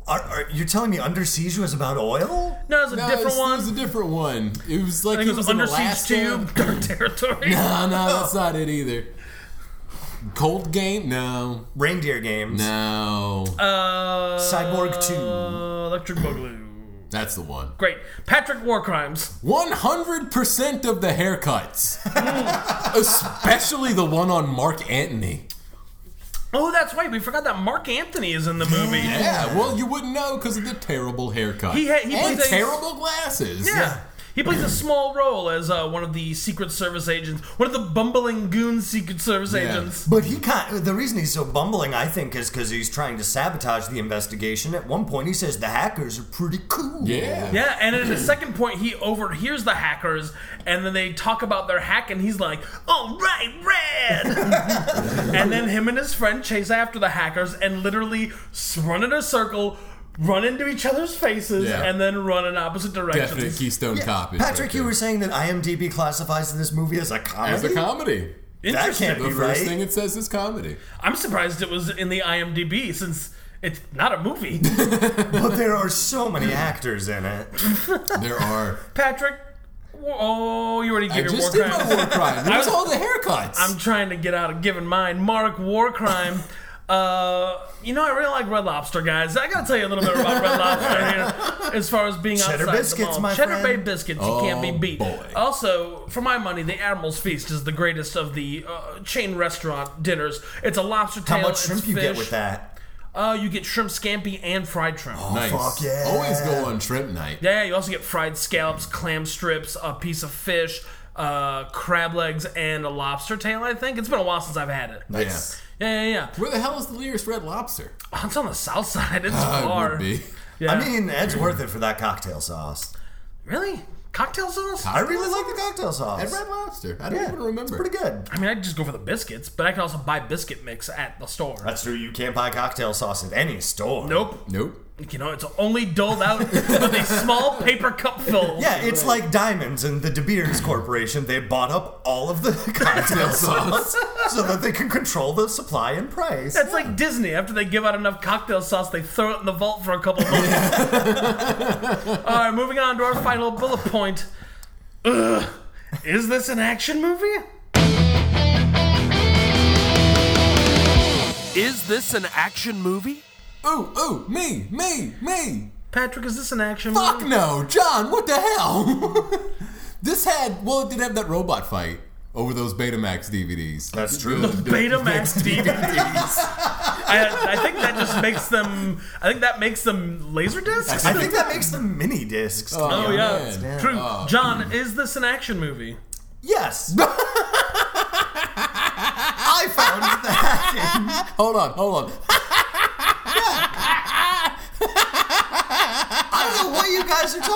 Are, are you telling me Under Siege was about oil? No, it's a No, different it's- one. It was a different one. It was I like think he it was, in Under Siege Alaska. Tube, Oh. Dark Territory. No, no, that's not it either. Cold Game? No. Reindeer games. No. Uh, Cyborg 2. Electric Boogaloo. That's the one. Great. Patrick War Crimes. 100% of the haircuts, especially the one on Mark Antony. Oh, that's right. We forgot that Mark Anthony is in the movie. Yeah, well, you wouldn't know because of the terrible haircut. He ha- he and plays a- terrible glasses. Yeah. He plays a small role as uh, one of the Secret Service agents, one of the bumbling goon Secret Service agents. But he kind the reason he's so bumbling, I think, is because he's trying to sabotage the investigation. At one point, he says the hackers are pretty cool. Yeah. Yeah, and at the second point, he overhears the hackers, and then they talk about their hack, and he's like, "All right, red." and then him and his friend chase after the hackers and literally s- run in a circle, run into each other's faces, Yeah. and then run in opposite directions. Definite Keystone copies. Patrick, right you there. were saying that IMDb classifies this movie as a comedy. As a comedy. that Interesting. can't The be first right. thing it says is comedy. I'm surprised it was in the IMDb since it's not a movie. but there are so many actors in it. There are. Patrick, wh- oh, you already I gave your war just did my crime. war crime. There was I- all the haircuts. I'm trying to get out of giving mine. Mark War Crime. Uh, you know, I really like Red Lobster, guys. I gotta tell you a little bit about Red Lobster here, as far as being Cheddar outside biscuits, the mall. my Cheddar friend. Bay biscuits, you can't be Oh, beat. boy. Also, for my money, the Admiral's Feast is the greatest of the uh, chain restaurant dinners. It's a lobster tail. How much it's shrimp you get fish. with that? Oh, Uh, you get shrimp scampi and fried shrimp. nice. fuck yeah. Oh, Always go on shrimp night. Yeah, you also get fried scallops, clam strips, a piece of fish, uh, crab legs, and a lobster tail. I think it's been a while since I've had it. Nice. Yeah, yeah, yeah. Where the hell is the nearest red lobster? Oh, It's on the south side. It's Uh, it far. would be. Yeah. I mean, it's worth it for that cocktail sauce. really? Cocktail sauce? Ah. I really like the cocktail sauce. At Red Lobster. I don't Yeah, even remember. It's pretty good. I mean, I would just go for the biscuits, but I can also buy biscuit mix at the store. Ah. That's true. You can't buy cocktail sauce at any store. nope. Nope. You know, it's only doled out with a small paper cup filled. Yeah, it's like diamonds and the De Beers Corporation. They bought up all of the cocktail sauce so that they can control the supply and price. That's like Disney. After they give out enough cocktail sauce, they throw it in the vault for a couple of months. All right, moving on to our final bullet point. Ugh, is this an action movie? Is this an action movie? Ooh, ooh, me, me, me. Patrick, is this an action Fuck movie? no, John, what the hell? this had, well, it did have that robot fight over those Betamax DVDs. That's true. The- the- Betamax DVDs. I, I think that just makes them. I think that makes them laser discs. I think that makes them mini discs. to be Oh yeah, man. true. John, is this an action movie? Yes. I found that. Hold on, hold on. I don't know what you guys are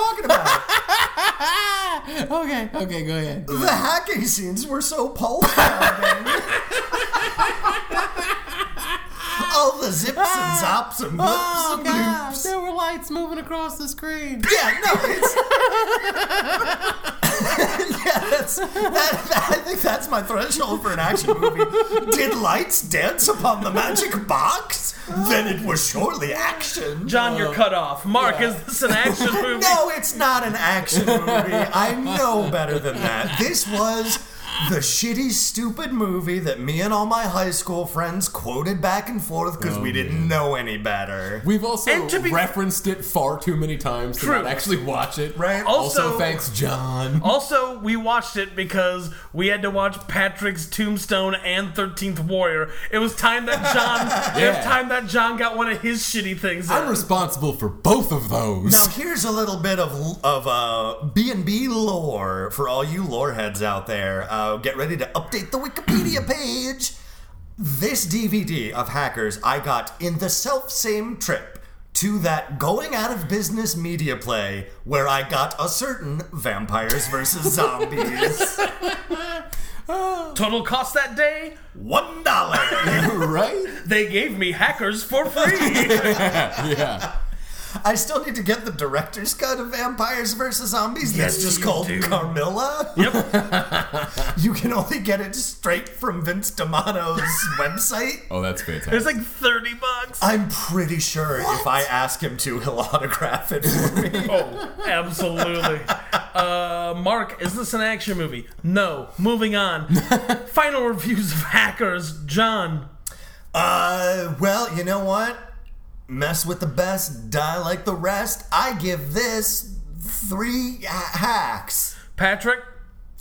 talking about. okay, okay, go ahead. The hacking scenes were so pulpy. All the zips and Ah. zops and whoops Oh, and loops. Oh, there were lights moving across the screen. Yeah, no, it's. yeah, that's. That, that- I think that's my threshold for an action movie. Did lights dance upon the magic box? Then it was surely action. John, you're cut off. Mark, is this an action movie? No, it's not an action movie. I know better than that. This was the shitty, stupid movie that me and all my high school friends quoted back and forth because we didn't know any better. We've also And to be- referenced it far too many times to True. not actually watch it. Right. Also, Also- thanks, John. Also, we watched it because we had to watch Patrick's Tombstone and Thirteenth Warrior. It was time that John. It Yeah. was time that John got one of his shitty things. I'm responsible for both of those. Now here's a little bit of of uh, B and B lore for all you lore heads out there. Uh, get ready to update the Wikipedia page. This DVD of Hackers I got in the self same trip to that going out of business media play where I got a certain vampires versus zombies Total cost that day, one dollar. right? they gave me hackers for free. Yeah. I still need to get the director's cut of Vampires versus Zombies. Yes, That's just you called do. Carmilla. yep. You can only get it straight from Vince D'Amato's website. Oh, that's fantastic. It's like thirty bucks. I'm pretty sure if I ask him to, he'll autograph it for me. Oh, absolutely. Uh, Mark, is this an action movie? No. Moving on. Final reviews of hackers. John. uh, well, you know what? Mess with the best, die like the rest. I give this three h- hacks. Patrick,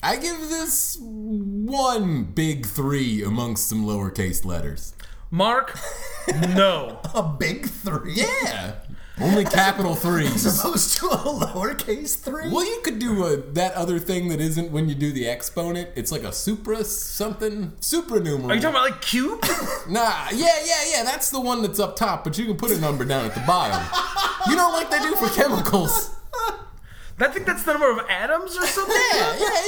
I give this one big three amongst some lowercase letters. Mark, no. A big three? Yeah. Only capital As threes. opposed to a lowercase three? Well, you could do a, that other thing that isn't when you do the exponent. It's like a supra something Are supranumerary. you talking about like cube? nah, yeah, yeah, yeah. That's the one that's up top, but you can put a number down at the bottom. you know, like they do for chemicals. I think that's the number of atoms or something. Yeah, yeah,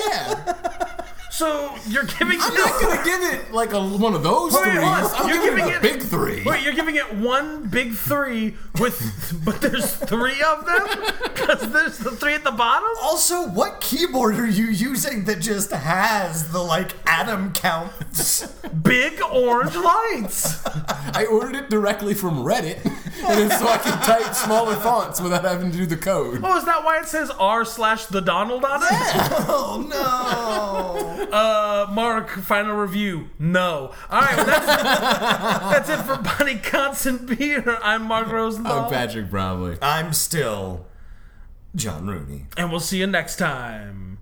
yeah. So you're giving I'm not gonna give it like a one of those Wait, threes. hold on. I'm You're giving giving it a it- big three. Wait, you're giving it one big three with, but there's three of them because there's the three at the bottom. Also, what keyboard are you using that just has the like atom counts? Big orange lights. I ordered it directly from Reddit, and it's so I can type smaller fonts without having to do the code. Oh, is that why it says R slash the Donald on it? oh no! Uh, Mark, final review. No. All right, well, that's that's it for Bonnie Constant Beer. I'm Mark Rosenthal, I'm Patrick Bromley. I'm still John Rooney. and we'll see you next time.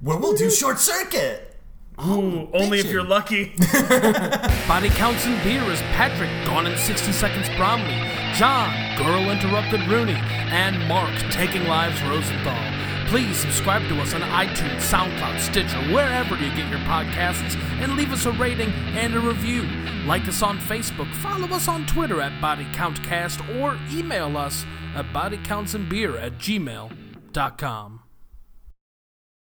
Where we'll do short circuit. Ooh, only if bitchin'. you're lucky. Body Counts and Beer is Patrick, Gone in 60 Seconds Bromley, John, Girl Interrupted Rooney, and Mark, Taking Lives Rosenthal. Please subscribe to us on iTunes, SoundCloud, Stitcher, wherever you get your podcasts, and leave us a rating and a review. Like us on Facebook, follow us on Twitter at Body Count Cast, or email us at bodycountsandbeer at gmail.com.